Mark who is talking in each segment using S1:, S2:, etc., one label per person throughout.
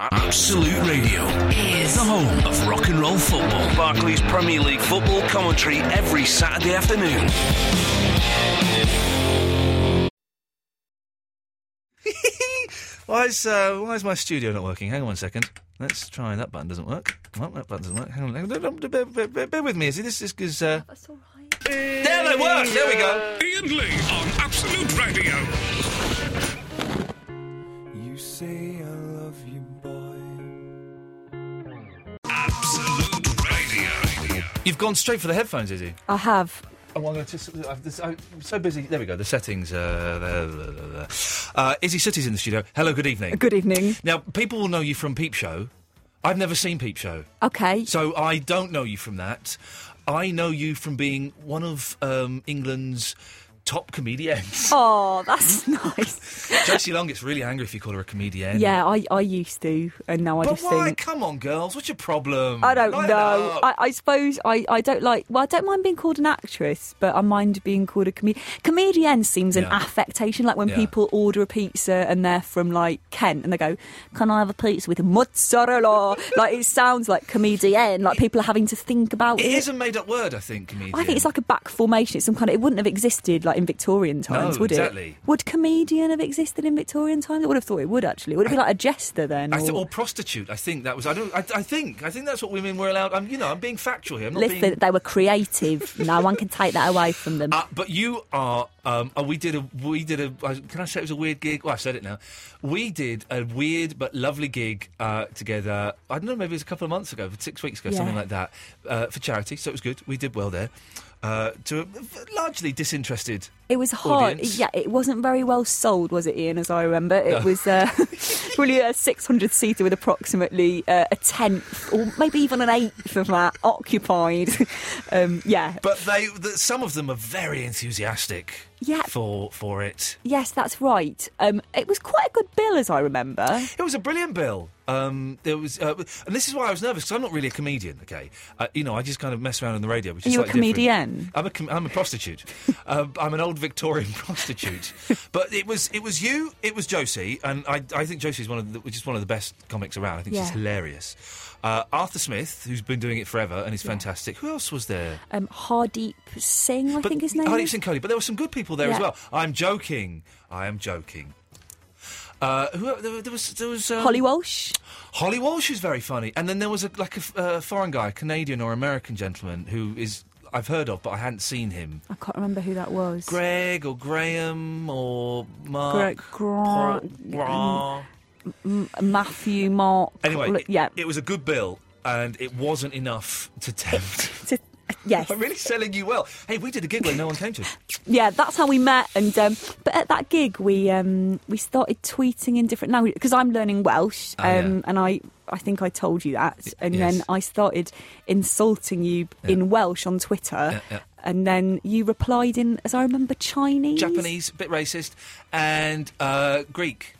S1: Absolute Radio,
S2: is
S1: the home of rock and roll football. Barclays Premier League football commentary every Saturday afternoon.
S3: Why is uh, why is my studio not working? Hang on one second. Let's try that button. Doesn't work. Well, that button doesn't work. Hang on. Hang on. Bear, bear, bear, bear with me. Izzy. this is because uh,
S4: That's all right.
S3: there they work. There we go.
S5: Ian Lee on Absolute Radio.
S6: You say I love you, boy.
S5: Absolute Radio.
S3: You've gone straight for the headphones, Izzy.
S4: I have.
S3: Oh, I'm, gonna just, I've just, I'm so busy. There we go. The settings. Uh, there, there, there, there. Uh, Izzy City's in the studio. Hello. Good evening.
S4: Good evening.
S3: Now people will know you from Peep Show. I've never seen Peep Show.
S4: Okay.
S3: So I don't know you from that. I know you from being one of um, England's top comedians.
S4: Oh, that's nice.
S3: Josie Long gets really angry if you call her a comedian.
S4: Yeah, I, I used to, and now I
S3: But
S4: just
S3: why?
S4: think.
S3: Come on, girls. What's your problem?
S4: I don't
S3: Lighten
S4: know.
S3: up.
S4: I, I suppose I, I don't like. Well, I don't mind being called an actress, but I mind being called a comedian. Comedian seems an
S3: Yeah.
S4: affectation, like when
S3: Yeah.
S4: people order a pizza and they're from like Kent and they go, "Can I have a pizza with mozzarella?" like it sounds like comedian. Like people are having to think about it.
S3: it is a made-up word, I think, comedian.
S4: I think it's like a back formation. It's some kind of. It wouldn't have existed like in Victorian times, would
S3: exactly.
S4: it? Would comedian have existed in Victorian times? I would have thought it would actually. Would it be like a jester then?
S3: I th-
S4: or-
S3: or prostitute. I think that was. I don't. I, I think. I think that's what women were allowed. I'm. You know. I'm being factual here. I'm not
S4: Listen,
S3: being.
S4: they were creative. no one can take that away from them.
S3: Uh, but you are. Um, uh, we did a. We did a. Uh, can I say it was a weird gig? Well, I've said it now. We did a weird but lovely gig uh, together. I don't know. Maybe it was a couple of months ago, six weeks ago,
S4: Yeah.
S3: something like that, uh, for charity. So it was good. We did well there. Uh, to a largely disinterested.
S4: it was hard.
S3: audience.
S4: Yeah, it wasn't very well sold, was it, Ian? As I remember, it was uh, really a 600 seater with approximately uh, a tenth, or maybe even an eighth of that occupied. um, yeah,
S3: But they. The, some of them are very enthusiastic.
S4: Yeah.
S3: For for it.
S4: yes, that's right. Um, it was quite a good bill, as I remember.
S3: It was a brilliant bill. Um, there was, uh, and this is why I was nervous because I'm not really a comedian. Okay, uh, you know, I just kind of mess around on the radio. Which
S4: Are
S3: is
S4: you a
S3: slightly different.
S4: comedian?
S3: I'm a com- I'm a prostitute. uh, I'm an old Victorian prostitute. but it was it was you. It was Josie, and I, I think Josie's one of the, just one of the best comics around. I think she's
S4: Yeah.
S3: hilarious. Uh, Arthur Smith, who's been doing it forever and is fantastic. Who else was there?
S4: um, Hardeep Singh, I
S3: But-
S4: think his name
S3: Hardeep
S4: is.
S3: Singh Kohli, but there were some good people there as
S4: Yeah.
S3: well. I'm joking. I am joking. Uh, who, there, there was there was um,
S4: Holly Walsh.
S3: Holly Walsh is very funny, and then there was a, like a f- uh, foreign guy, Canadian or American gentleman, who is I've heard of, but I hadn't seen him.
S4: I can't remember who that was.
S3: Greg or Graham or Mark.
S4: Greg- Oh, Gra-
S3: Pro- Gra-
S4: Matthew, Mark.
S3: Anyway,
S4: Look,
S3: it-
S4: yeah.
S3: it was a good bill, and it wasn't enough to tempt.
S4: To- uh, yes.
S3: I'm really selling you well. Hey, we did a gig where no one came to.
S4: Yeah, that's how we met. And um, but at that gig, we um, we started tweeting in different languages because I'm learning Welsh, um,
S3: Ah, yeah.
S4: and I. I think I told you that, and
S3: yes.
S4: then I started insulting you in Welsh on Twitter,
S3: yeah.
S4: and then you replied in, as I remember, Chinese,
S3: Japanese, bit racist, and uh, Greek.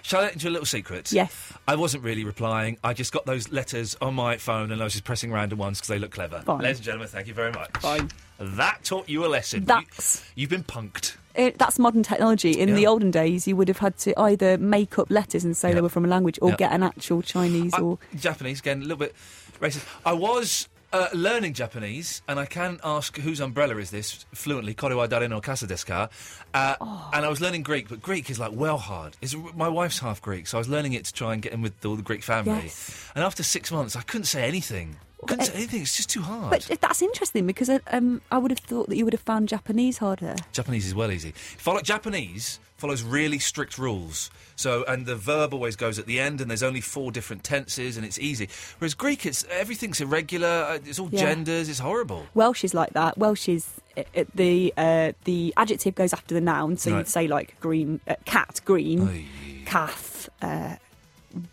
S3: Shall I let you into a little secret?
S4: Yes.
S3: I wasn't really replying. I just got those letters on my phone and I was just pressing random ones because they look clever.
S4: Fine.
S3: Ladies and gentlemen, thank you very much.
S4: Fine.
S3: That taught you a lesson. You-
S4: That's-
S3: you've been punked.
S4: it, that's modern technology. In the
S3: Yeah.
S4: olden days, you would have had to either make up letters and say
S3: Yeah.
S4: they were from a language, or
S3: Yeah.
S4: get an actual Chinese.
S3: I-
S4: or
S3: Japanese, again, a little bit racist. I was uh, learning Japanese, and I can ask whose umbrella is this fluently, Korewa Dare no Kasa desu ka? Uh,
S4: Oh.
S3: And I was learning Greek, but Greek is like well hard. It's, my wife's half Greek, so I was learning it to try and get in with all the Greek family.
S4: Yes. eh,
S3: And after six months, I couldn't say anything. Couldn't say anything, it's just too hard.
S4: but that's interesting because uh, um, I would have thought that you would have found Japanese harder.
S3: Japanese is well easy. Follow Japanese follows really strict rules. So and the verb always goes at the end, and there's only four different tenses, and it's easy. Whereas Greek, it's everything's irregular. uh, It's all
S4: Yeah.
S3: genders. It's horrible.
S4: Welsh is like that. Welsh is uh, uh, the uh, the adjective goes after the noun, so
S3: Right.
S4: you'd say like green uh, cat, green
S3: Aye.
S4: calf. Uh,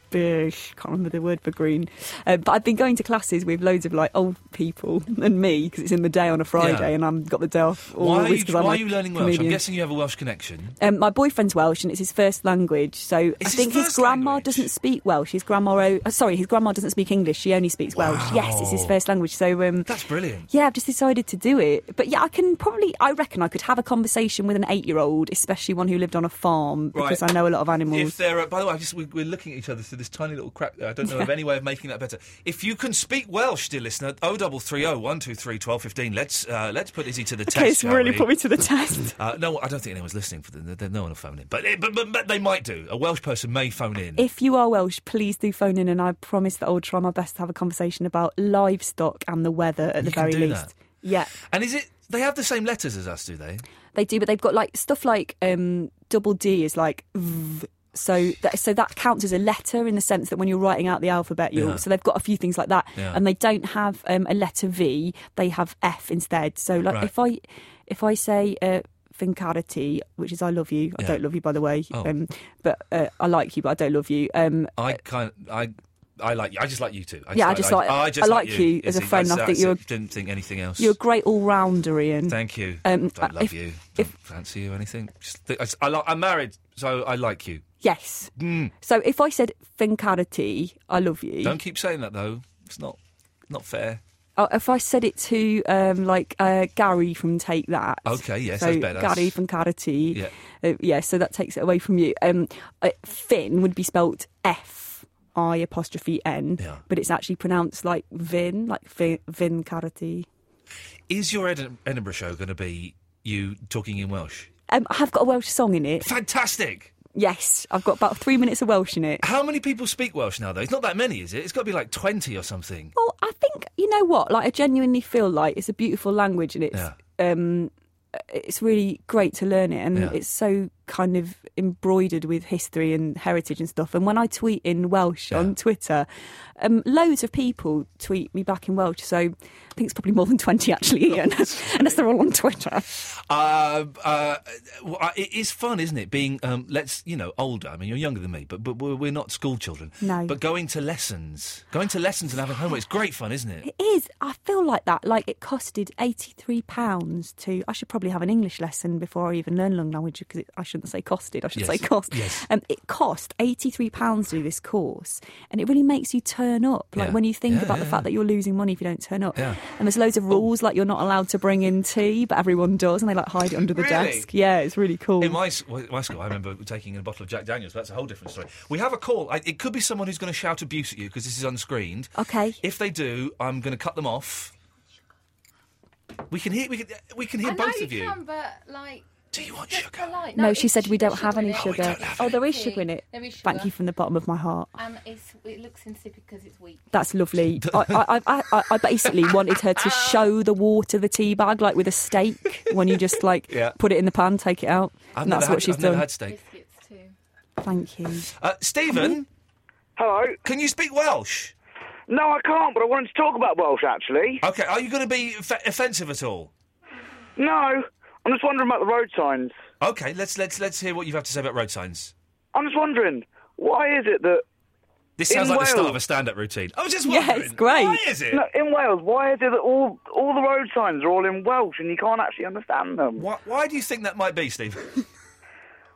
S4: Kurdish. Can't remember the word for green. Uh, but I've been going to classes with loads of like old people and me because it's in the day on a Friday
S3: Yeah.
S4: and I've got the day off.
S3: Why are
S4: always
S3: you,
S4: 'cause
S3: why
S4: I'm
S3: are
S4: a
S3: you learning Welsh? I'm
S4: comedian.
S3: guessing you have a Welsh connection.
S4: Um, my boyfriend's Welsh and it's his first language, so I
S3: his
S4: think his,
S3: first
S4: grandma
S3: language?
S4: doesn't speak Welsh. His grandma, o- uh, sorry, his grandma doesn't speak English. She only speaks Welsh. Yes, it's his
S3: Wow.
S4: first language. So um,
S3: That's brilliant.
S4: yeah, I've just decided to do it. But yeah, I can probably, I reckon I could have a conversation with an eight-year-old, especially one who lived on a farm, because
S3: Right.
S4: I know a lot of animals.
S3: If there are, by the way, I just, we, we're looking at each other through this tiny little crack. there. I don't know of any way of making that better. If you can speak Welsh, dear listener, oh double three oh one two three twelve fifteen. Let's uh, let's put Izzy to the test.
S4: Okay, it's
S3: shall
S4: really
S3: we?
S4: put me to the test.
S3: Uh, no, I don't think anyone's listening. For the, there- no one will phone in, but, eh, but, but but they might do. A Welsh person may phone in.
S4: If you are Welsh, please do phone in, and I promise that I will try my best to have a conversation about livestock and the weather at the
S3: You can
S4: very
S3: do
S4: least.
S3: that.
S4: Yeah,
S3: and is it? They have the same letters as us, do they?
S4: they do, but they've got like stuff like um, double D is like. V, so that so that counts as a letter in the sense that when you're writing out the alphabet, you're,
S3: Yeah.
S4: so they've got a few things like that,
S3: Yeah.
S4: and they don't have um, a letter V, they have F instead. So like
S3: Right.
S4: if I if I say uh, Fincarity, which is I love you, I
S3: Yeah.
S4: don't love you by the way,
S3: Oh.
S4: um, but uh, I like you, but I don't love you. Um,
S3: I kind I. I like you. I just like you too. I
S4: Yeah, I just like-
S3: I, just
S4: I like you as a
S3: Izzy.
S4: friend.
S3: That's-
S4: I think
S3: that's
S4: you're-
S3: it. Didn't think anything else.
S4: you're a great all rounder, Ian.
S3: Thank you.
S4: Um,
S3: Don't
S4: uh,
S3: love
S4: if-
S3: you. Don't fancy you. or Anything. Just th- I, s- I li- I'm married, so I like you.
S4: Yes.
S3: Hmm.
S4: So if I said Fincarity, I love you.
S3: Don't keep saying that though. It's not not fair.
S4: Uh, if I said it to um, like uh, Gary from Take That.
S3: Okay, yes,
S4: so
S3: that's better.
S4: Gary Fincarity.
S3: Yeah.
S4: Uh, yeah. So that takes it away from you. Um, uh, Finn would be spelt F. I apostrophe N,
S3: Yeah.
S4: but it's actually pronounced like Vin, like Vin, Vin Carity.
S3: Is your Edin- Edinburgh show going to be you talking in Welsh?
S4: Um, I have got a Welsh song in it.
S3: Fantastic.
S4: Yes, I've got about three minutes of Welsh in it.
S3: How many people speak Welsh now though? It's not that many, is it? It's got to be like twenty or something.
S4: Well, I think you know what. Like, I genuinely feel like it's a beautiful language, and it's um, it's really great to learn it, and
S3: Yeah.
S4: it's so kind of embroidered with history and heritage and stuff. And when I tweet in Welsh on Twitter, um, loads of people tweet me back in Welsh. So I think it's probably more than twenty actually, Ian, unless they're all on Twitter.
S3: Uh, uh, well, I- it is fun, isn't it? Being um, let's you know older. I mean, you're younger than me, but but we're, we're not school children.
S4: No.
S3: But going to lessons, going to lessons and having homework, it's great fun, isn't it?
S4: It is. I feel like that. Like it costed eighty three pounds to. I should probably have an English lesson before I even learn long language because I shouldn't say costed. I should
S3: Yes,
S4: say cost.
S3: yes.
S4: Um, it cost eighty three pounds to do this course, and it really makes you turn up. Like
S3: Yeah.
S4: when you think
S3: Yeah,
S4: about
S3: yeah,
S4: the fact that you're losing money if you don't turn up.
S3: Yeah. Oh.
S4: And there's loads of rules like you're not allowed to bring in tea, but everyone does, and they like hide it under the
S3: Really?
S4: desk. Yeah, it's really cool.
S3: In my, s- well, my school, I remember taking a bottle of Jack Daniels, but that's a whole different story. We have a call. I, it could be someone who's going to shout abuse at you because this is unscreened.
S4: Okay.
S3: If they do, I'm going to cut them off. We can hear. We can, we can hear
S7: I know
S3: both of you.
S7: can, but like.
S3: Do you want
S7: just
S3: sugar?
S7: polite.
S4: no,
S7: it's
S4: she said we don't have
S7: in
S4: any
S7: it.
S3: we
S4: sugar.
S3: don't have
S4: Oh,
S3: any.
S4: there is sugar in it.
S7: There is
S4: Thank
S7: sugar.
S4: you from the bottom of my heart.
S7: Um, it's, it looks insipid because it's weak.
S4: That's lovely. I, I, I- I, I basically wanted her to show the water the tea bag like with a steak when you just like
S3: Yeah.
S4: put it in the pan, take it out.
S3: I've
S4: and
S3: never
S4: that's
S3: had,
S4: what she's
S3: I've
S4: done.
S3: never had steak.
S7: Biscuits too.
S4: Thank you.
S3: Uh, Stephen,
S8: Hello.
S3: can you speak Welsh?
S8: No, I can't, but I wanted to talk about Welsh, actually.
S3: Okay. Are you going to be f- offensive at all?
S8: No, I'm just wondering about the road signs.
S3: Okay. Let's let's let's hear what you have to say about road signs.
S8: I'm just wondering, why is it that...
S3: This sounds
S8: In
S3: like the start
S8: Wales.
S3: of a stand-up routine. I was just
S4: Yeah,
S3: wondering.
S4: it's great.
S3: Why is it?
S8: No, in Wales, why is it that all, all the road signs are all in Welsh and you can't actually understand them?
S3: Why, why do you think that might be, Stephen?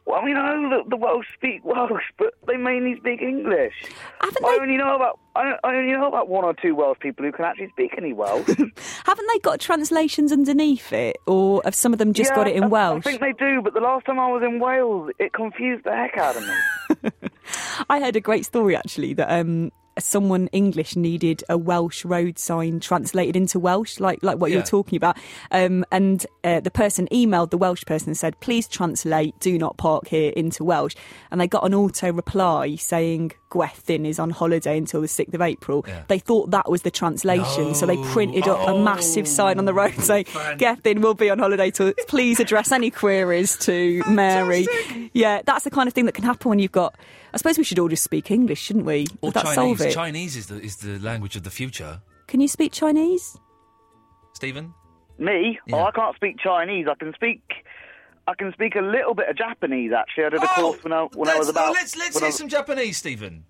S8: Well, I mean, I know that the Welsh speak Welsh, but they mainly speak English.
S4: Haven't
S8: I
S4: they,
S8: only know about I, I only know about one or two Welsh people who can actually speak any Welsh.
S4: haven't they got translations underneath it, or have some of them just got it
S8: I-
S4: in Welsh?
S8: I think they do, but the last time I was in Wales, it confused the heck out of me.
S4: I heard a great story actually that um, someone English needed a Welsh road sign translated into Welsh, like like what you
S3: Yeah.
S4: were talking about. Um, and uh, the person emailed the Welsh person and said, "Please translate 'Do not park here' into Welsh." And they got an auto reply saying, "Gwethin is on holiday until the sixth of April." They thought that was the translation, so they printed up a massive sign on the road saying,
S3: fan-
S4: "Gwethin will be on holiday till." Please address any queries to Mary. Yeah, that's the kind of thing that can happen when you've got. I suppose we should all just speak English, shouldn't we?
S3: Or
S4: Would that
S3: Chinese?
S4: solve it?
S3: Chinese is the is the language of the future.
S4: Can you speak Chinese?
S3: Stephen.
S8: Me?
S3: Yeah.
S8: Oh, I can't speak Chinese. I can speak. I can speak a little bit of Japanese. Actually, I did a course when I when I
S3: let's-
S8: was about.
S3: Let's let's
S8: when I
S3: hear
S8: was-
S3: some Japanese, Stephen.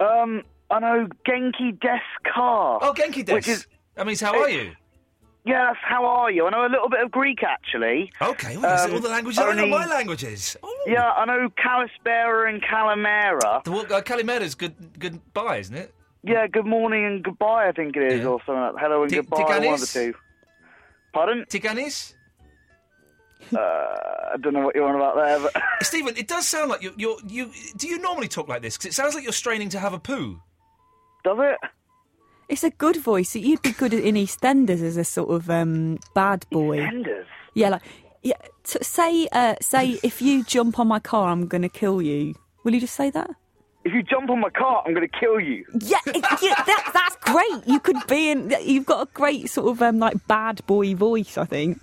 S8: Um, I know Genki Des Car.
S3: Oh, Genki Des.
S8: Which is
S3: That means how are you?
S8: yes. How are you? I know a little bit of Greek actually.
S3: Okay, well, that's
S8: Um,
S3: all the languages. I don't
S8: only-
S3: know my languages. Oh.
S8: Yeah, I know Kalispera and Calamera.
S3: The walk, uh, Calimera's good, good bye, isn't it?
S8: Yeah, good morning and goodbye. I think it is,
S3: Yeah.
S8: or something. Like Hello and
S3: Ti-
S8: goodbye. One of the
S3: Tiganis?
S8: two. Pardon? Uh,
S3: Tiganis?
S8: I don't know what you're on about there, but
S3: Stephen, it does sound like you're, you're, you. Do you normally talk like this? Because it sounds like you're straining to have a poo.
S8: does it?
S4: It's a good voice. You'd be good in EastEnders as a sort of um, bad boy.
S8: Enders.
S4: Yeah, like yeah. T- say, uh, say, if you jump on my car, I'm gonna kill you. Will you just say that?
S8: If you jump on my cart, I'm going to kill you.
S4: Yeah, it, yeah that, that's great. You could be in. You've got a great sort of um, like bad boy voice. I think.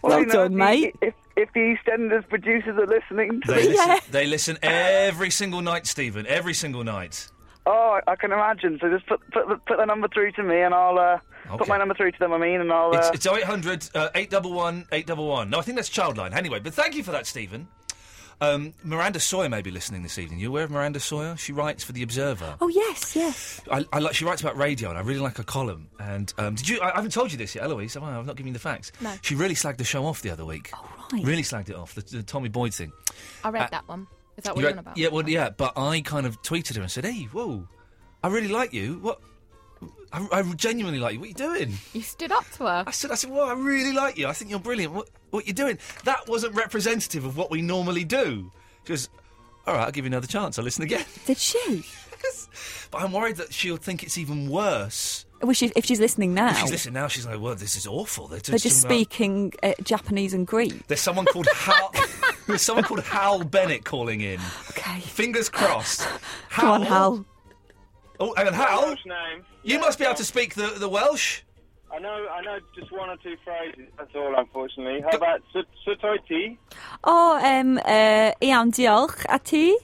S4: Well
S8: you know,
S4: done,
S8: if the-
S4: mate.
S8: If, if the EastEnders producers are listening, to
S3: They
S8: this,
S3: listen,
S4: Yeah.
S3: they listen every single night, Stephen. Every single night.
S8: oh, I can imagine. So just put put, the- put the number through to me, and I'll uh, put
S3: Okay.
S8: my number through to them. I mean, and I'll. Uh,
S3: It's, it's 0800 uh, 811 811. No, I think that's Childline. Anyway, but thank you for that, Stephen. Um, Miranda Sawyer may be listening this evening. You aware of Miranda Sawyer? She writes for The Observer.
S4: Oh yes, yes.
S3: I, I like, she writes about radio, and I really like her column. And um, did you? I, I haven't told you this yet, Eloise. Have I? I've not given you the facts.
S7: No.
S3: She really slagged the show off the other week. Oh,
S4: right.
S3: Really slagged it off. The, the Tommy Boyd thing.
S7: I read
S3: Uh,
S7: that one. Is that what
S3: You
S7: you're on
S3: read-
S7: about?
S3: Yeah, well, yeah. But I kind of tweeted her and said, "Hey, whoa, I really like you. What? I, I genuinely like you. What are you doing?"
S7: You stood up to her.
S3: I said, I said, well, I really like you. I think you're brilliant. What, what you doing? That wasn't representative of what we normally do. She goes, all right, I'll give you another chance. I'll listen again.
S4: Did she?
S3: but I'm worried that she'll think it's even worse.
S4: Well, she, if she's listening now,
S3: She's listening now. She's like, well, this is awful. They're just,
S4: they're just speaking
S3: talking about-
S4: uh, Japanese and Greek.
S3: There's someone called Hal. There's someone called Hal Bennett calling in.
S4: Okay.
S3: Fingers crossed. Hal.
S4: Come on, Hal.
S3: Oh, hang on, Hal.
S9: name.
S3: You must be able to speak the, the Welsh.
S9: I know, I know just one or two phrases. That's all, unfortunately. How about Sutoiti?
S4: Oh, um, uh, iawn, diolch, a ti?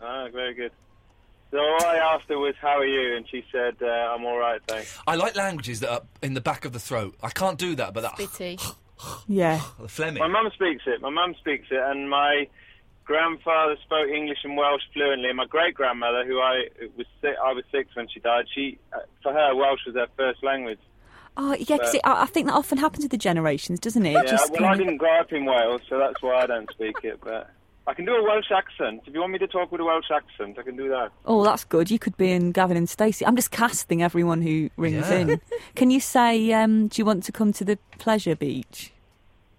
S9: Ah, very good. So all I asked her was, how are you? And she said, uh, I'm all right, thanks.
S3: I like languages that are in the back of the throat. I can't do that, but that
S7: Bitty.
S4: Yeah.
S3: the Fleming.
S9: My mum speaks it. My mum speaks it. And my grandfather spoke English and Welsh fluently. And my great-grandmother, who I was, si- I was six when she died, she, uh, for her, Welsh was her first language.
S4: Oh, yeah, because I, I think that often happens with the generations, doesn't it?
S9: Yeah,
S4: Just
S9: well, I
S4: kind of-
S9: didn't grow up in Wales, so that's why I don't speak it. But I can do a Welsh accent. If you want me to talk with a Welsh accent, I can do that.
S4: Oh, that's good. You could be in Gavin and Stacey. I'm just casting everyone who rings
S3: Yeah.
S4: in. Can you say, um, do you want to come to the pleasure beach?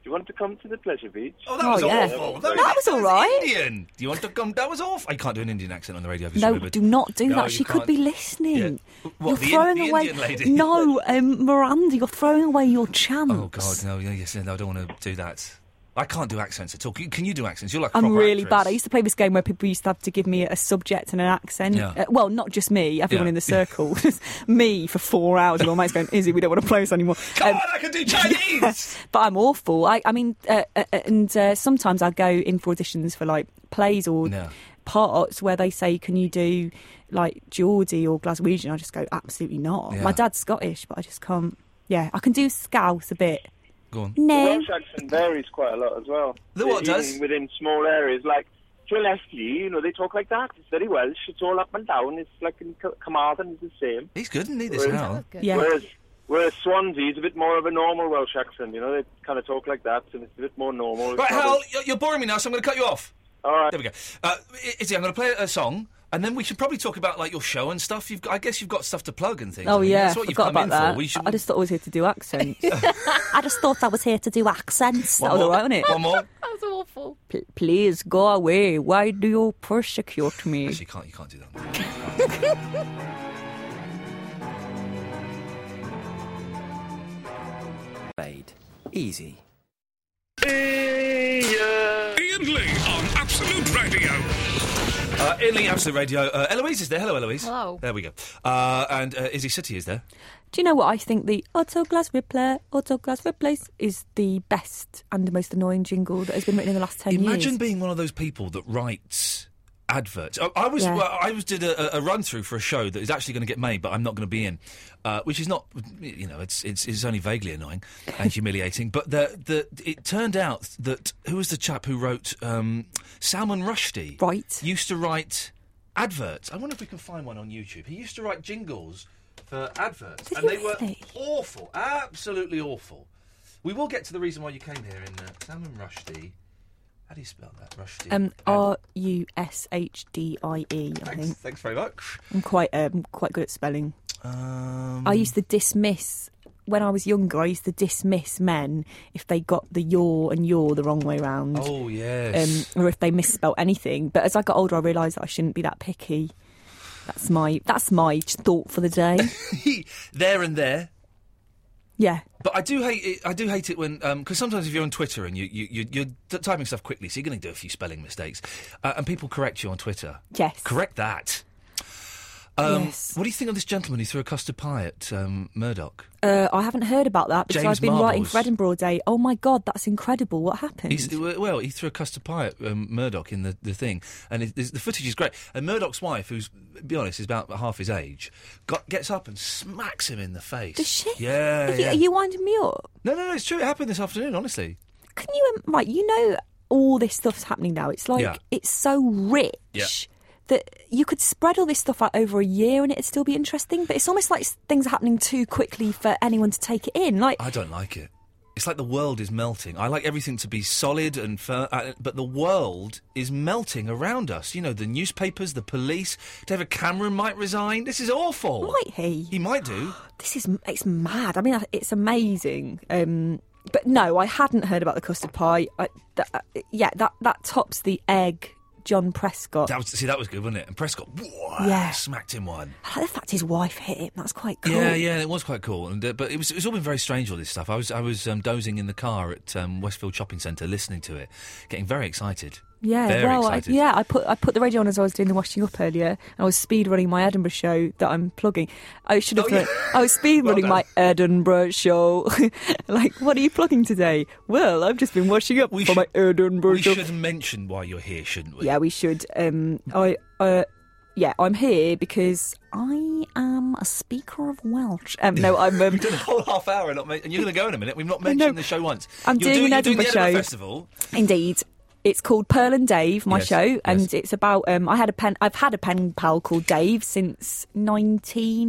S9: Do you want to come to the pleasure beach?
S3: Oh, that
S4: Oh,
S3: was
S4: yeah.
S3: awful.
S4: That was all right.
S3: Indian. Do you want to come? That was awful. I can't do an Indian accent on the radio. I've just
S4: No,
S3: remembered.
S4: do not do
S3: No,
S4: that.
S3: you
S4: She could
S3: can't.
S4: be listening.
S3: Yeah. What,
S4: you're
S3: the In-
S4: throwing
S3: the
S4: away.
S3: Indian lady?
S4: No, um, Miranda, you're throwing away your chance.
S3: Oh God, no, yeah, yes, no, I don't want to do that. I can't do accents at all. Can, can you do accents? You're like a
S4: I'm
S3: proper
S4: really
S3: actress.
S4: bad. I used to play this game where people used to have to give me a subject and an accent.
S3: Yeah.
S4: Uh, well, not just me, everyone
S3: Yeah.
S4: in the circle. Just me for four hours with all mates going, Izzy, we don't want to play this anymore.
S3: Come
S4: Um,
S3: on, I can do Chinese.
S4: but I'm awful. I, I mean, uh, uh, uh, and uh, sometimes I go in for auditions for like plays or
S3: No.
S4: parts where they say, "Can you do like Geordie or Glaswegian?" I just go, "Absolutely not."
S3: Yeah.
S4: My dad's Scottish, but I just can't. Yeah, I can do Scouse a bit.
S3: Go on.
S9: The
S4: No,
S9: Welsh accent varies quite a lot as well.
S3: The what
S9: Even
S3: does?
S9: Within small areas, like Gillespie, you know, they talk like that. It's very Welsh. It's all up and down. It's like in C- Carmarthen, it's the same.
S3: He's good, isn't he? This
S9: Really?
S3: now.
S7: Good.
S4: yeah.
S9: Whereas, whereas Swansea is a bit more of a normal Welsh accent, you know, they kind of talk like that, and it's a bit more normal. It's
S3: Right,
S9: not
S3: Hal,
S9: as-
S3: you're- you're boring me now, so I'm going to cut you off.
S9: All right.
S3: There we go. Uh, I- Izzy, I'm going to play a song, and then we should probably talk about like your show and stuff. You've, got, I guess, you've got stuff to plug and things. I
S4: Oh
S3: mean,
S4: yeah,
S3: that's what you've
S4: forgot about
S3: come in
S4: that.
S3: for. We should.
S4: I just thought I was here to do accents. I just thought I was here to do accents. That was all right, wasn't it?
S3: One more.
S7: That was awful.
S4: P- please go away. Why do you persecute me?
S3: Actually, you can't. You can't do that.
S10: Easy.
S5: Ian Lee on Absolute Radio.
S3: Uh, Inley Absolute Radio. Uh, Eloise is there. Hello, Eloise.
S7: Hello.
S3: There we go. Uh, and uh, Izzy City is there.
S4: Do you know what I think? The auto glass repair, auto glass replace is the best and most annoying jingle that has been written in the last ten
S3: Imagine
S4: years.
S3: being one of those people that writes adverts. I, I was
S4: Yeah.
S3: well, I was did a, a run through for a show that is actually going to get made, but I'm not going to be in, uh, which is not you know it's it's, it's only vaguely annoying and humiliating. But the the it turned out that who was the chap who wrote um, Salman Rushdie
S4: Right.
S3: used to write adverts. I wonder if we can find one on YouTube. He used to write jingles for adverts, and they were awful, absolutely awful. We will get to the reason why you came here in uh, Salman Rushdie. How do you spell that, Rushdie?
S4: Um, R U S H D I E. I
S3: thanks,
S4: think
S3: thanks very much.
S4: I'm quite um, quite good at spelling.
S3: Um,
S4: I used to dismiss when I was younger. I used to dismiss men if they got the your and your the wrong way round.
S3: Oh, yes.
S4: Um, or if they misspelt anything. But as I got older, I realised that I shouldn't be that picky. That's my that's my thought for the day.
S3: there and there.
S4: yeah.
S3: But I do hate it. I do hate it when because sometimes if you're on Twitter and you, you, you you're t- typing stuff quickly, so you're going to do a few spelling mistakes, uh, and people correct you on Twitter.
S4: Yes.
S3: correct that. Um,
S4: Yes.
S3: What do you think of this gentleman who threw a custard pie at um, Murdoch?
S4: Uh, I haven't heard about that because
S3: James
S4: I've been writing for
S3: Marbles.
S4: Edinburgh Day. Oh my god, that's incredible! What happened?
S3: He's, well, he threw a custard pie at um, Murdoch in the, the thing, and it, it's- the footage is great. And Murdoch's wife, who's, be honest, is about half his age, got, gets up and smacks him in the face.
S4: Does she?
S3: Yeah.
S4: Are you,
S3: yeah.
S4: are you winding me up?
S3: No, no, no, it's true. It happened this afternoon, honestly.
S4: Can you um, right? You know all this stuff's happening now. It's like
S3: Yeah.
S4: it's so rich
S3: Yeah.
S4: that you could spread all this stuff out over a year and it'd still be interesting. But it's almost like s- things are happening too quickly for anyone to take it in. Like
S3: I don't like it. It's like the world is melting. I like everything to be solid and firm, uh, but the world is melting around us. You know, the newspapers, the police. David Cameron might resign. This is awful.
S4: Might he?
S3: He might do.
S4: this is it's mad. I mean, it's amazing. Um, but no, I hadn't heard about the custard pie. I, that, uh, yeah, that that tops the egg. John Prescott.
S3: That was, see, that was good, wasn't it? And Prescott, whoa,
S4: Yeah.
S3: smacked him one.
S4: I like the fact his wife hit him. That's quite cool.
S3: Yeah, yeah, it was quite cool. And uh, but it was it's all been very strange all this stuff. I was I was um, dozing in the car at um, Westfield Shopping Centre, listening to it, getting very excited.
S4: Yeah,
S3: very
S4: well, I,
S3: excited.
S4: yeah. I put I put the radio on as I was doing the washing up earlier, and I was speed running my Edinburgh show that I'm plugging. I should have.
S3: Oh, yeah.
S4: done- I was speed
S3: Well
S4: running my Edinburgh show. like, what are you plugging today? Well, I've just been washing up for my Edinburgh
S3: we
S4: show.
S3: should mention why you're here, shouldn't we?
S4: Yeah, we should. Um, I, uh, yeah, I'm here because I am a speaker of Welsh. Um, no, I'm. Um,
S3: We've done a whole half hour, and not men- and you're going to go in a minute. We've not
S4: I know.
S3: mentioned the show once.
S4: I'm
S3: you're
S4: doing an
S3: you're doing the
S4: Edinburgh
S3: Edinburgh
S4: show.
S3: Festival.
S4: Indeed. It's called Pearl and Dave, my
S3: Yes,
S4: show,
S3: yes.
S4: and it's about. Um, I had a pen. I've had a pen pal called Dave since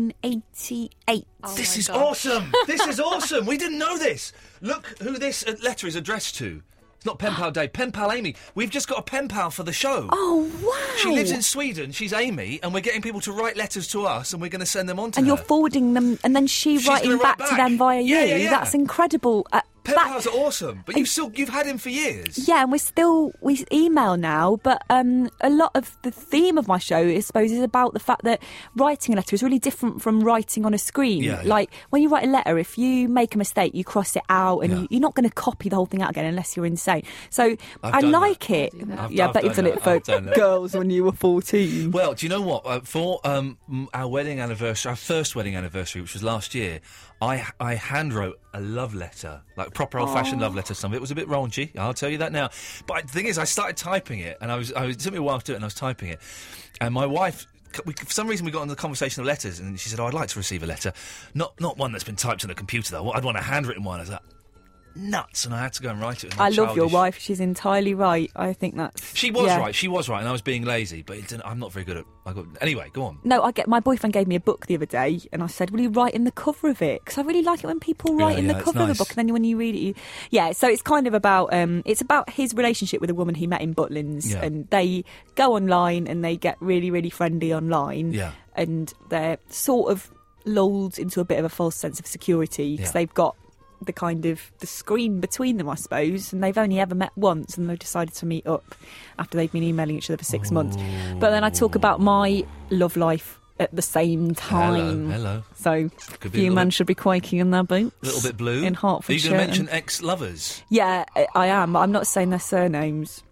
S4: 1988.
S3: this is awesome. This is awesome. We didn't know this. Look who this uh, letter is addressed to. It's not pen pal Dave. Pen pal Amy. We've just got a pen pal for the show.
S4: Oh wow!
S3: She lives in Sweden. She's Amy, and we're getting people to write letters to us, and we're going to send them on to
S4: and
S3: her.
S4: you're forwarding them, and then she
S3: She's
S4: writing
S3: gonna
S4: back,
S3: write
S4: to
S3: back.
S4: them via
S3: Yeah,
S4: you.
S3: yeah, yeah.
S4: That's incredible. Uh,
S3: Pen
S4: that-
S3: pals are awesome, but you've still you've had him for years.
S4: Yeah, and we're still we email now, but um, a lot of the theme of my show, I suppose, is about the fact that writing a letter is really different from writing on a screen.
S3: Yeah, yeah.
S4: Like when you write a letter, if you make a mistake, you cross it out, and
S3: Yeah.
S4: you, you're not going to copy the whole thing out again unless you're insane. So
S3: I've
S4: I
S3: done that.
S4: like it.
S3: I've-
S4: yeah,
S3: I've
S4: I bet you've
S3: done
S4: done it
S3: that.
S4: for
S3: I've done that.
S4: girls when you were fourteen.
S3: Well, do you know what? Uh, for um, m- our wedding anniversary, our first wedding anniversary, which was last year, I I hand wrote a love letter, like proper old fashioned love letter. Some of it was a bit raunchy, I'll tell you that now. But the thing is, I started typing it, and I was, I was it took me a while to do it, and I was typing it, and my wife. c- We, for some reason, we got on the conversation of letters, and she said, "Oh, I'd like to receive a letter, not not one that's been typed on a computer though. I'd want a handwritten one." I was like, "Nuts!" And I had to go and write it. with my
S4: I love your
S3: childish-
S4: wife. She's entirely right. I think that's
S3: She was
S4: yeah.
S3: right. She was right, and I was being lazy. But it didn't, I'm not very good at. I got anyway. Go on.
S4: No, I get my boyfriend gave me a book the other day, and I said, "Will you write in the cover of it?" Because I really like it when people write
S3: Yeah,
S4: in
S3: yeah,
S4: the
S3: it's
S4: cover of
S3: nice.
S4: a book, and then when you read it, you... yeah. So it's kind of about um, it's about his relationship with a woman he met in Butlins,
S3: Yeah.
S4: and they go online and they get really, really friendly online,
S3: Yeah.
S4: and they're sort of lulled into a bit of a false sense of security because
S3: Yeah.
S4: they've got the kind of the screen between them, I suppose, and they've only ever met once, and they've decided to meet up after they've been emailing each other for six months. But then I talk
S3: Oh.
S4: about my love life at the same time.
S3: hello.
S4: So
S3: Could be a
S4: few
S3: little
S4: men
S3: bit-
S4: should be quaking in their boots.
S3: A little bit blue
S4: in Hertfordshire.
S3: Are you going to mention ex-lovers?
S4: Yeah, I- I am. but I'm not saying their surnames.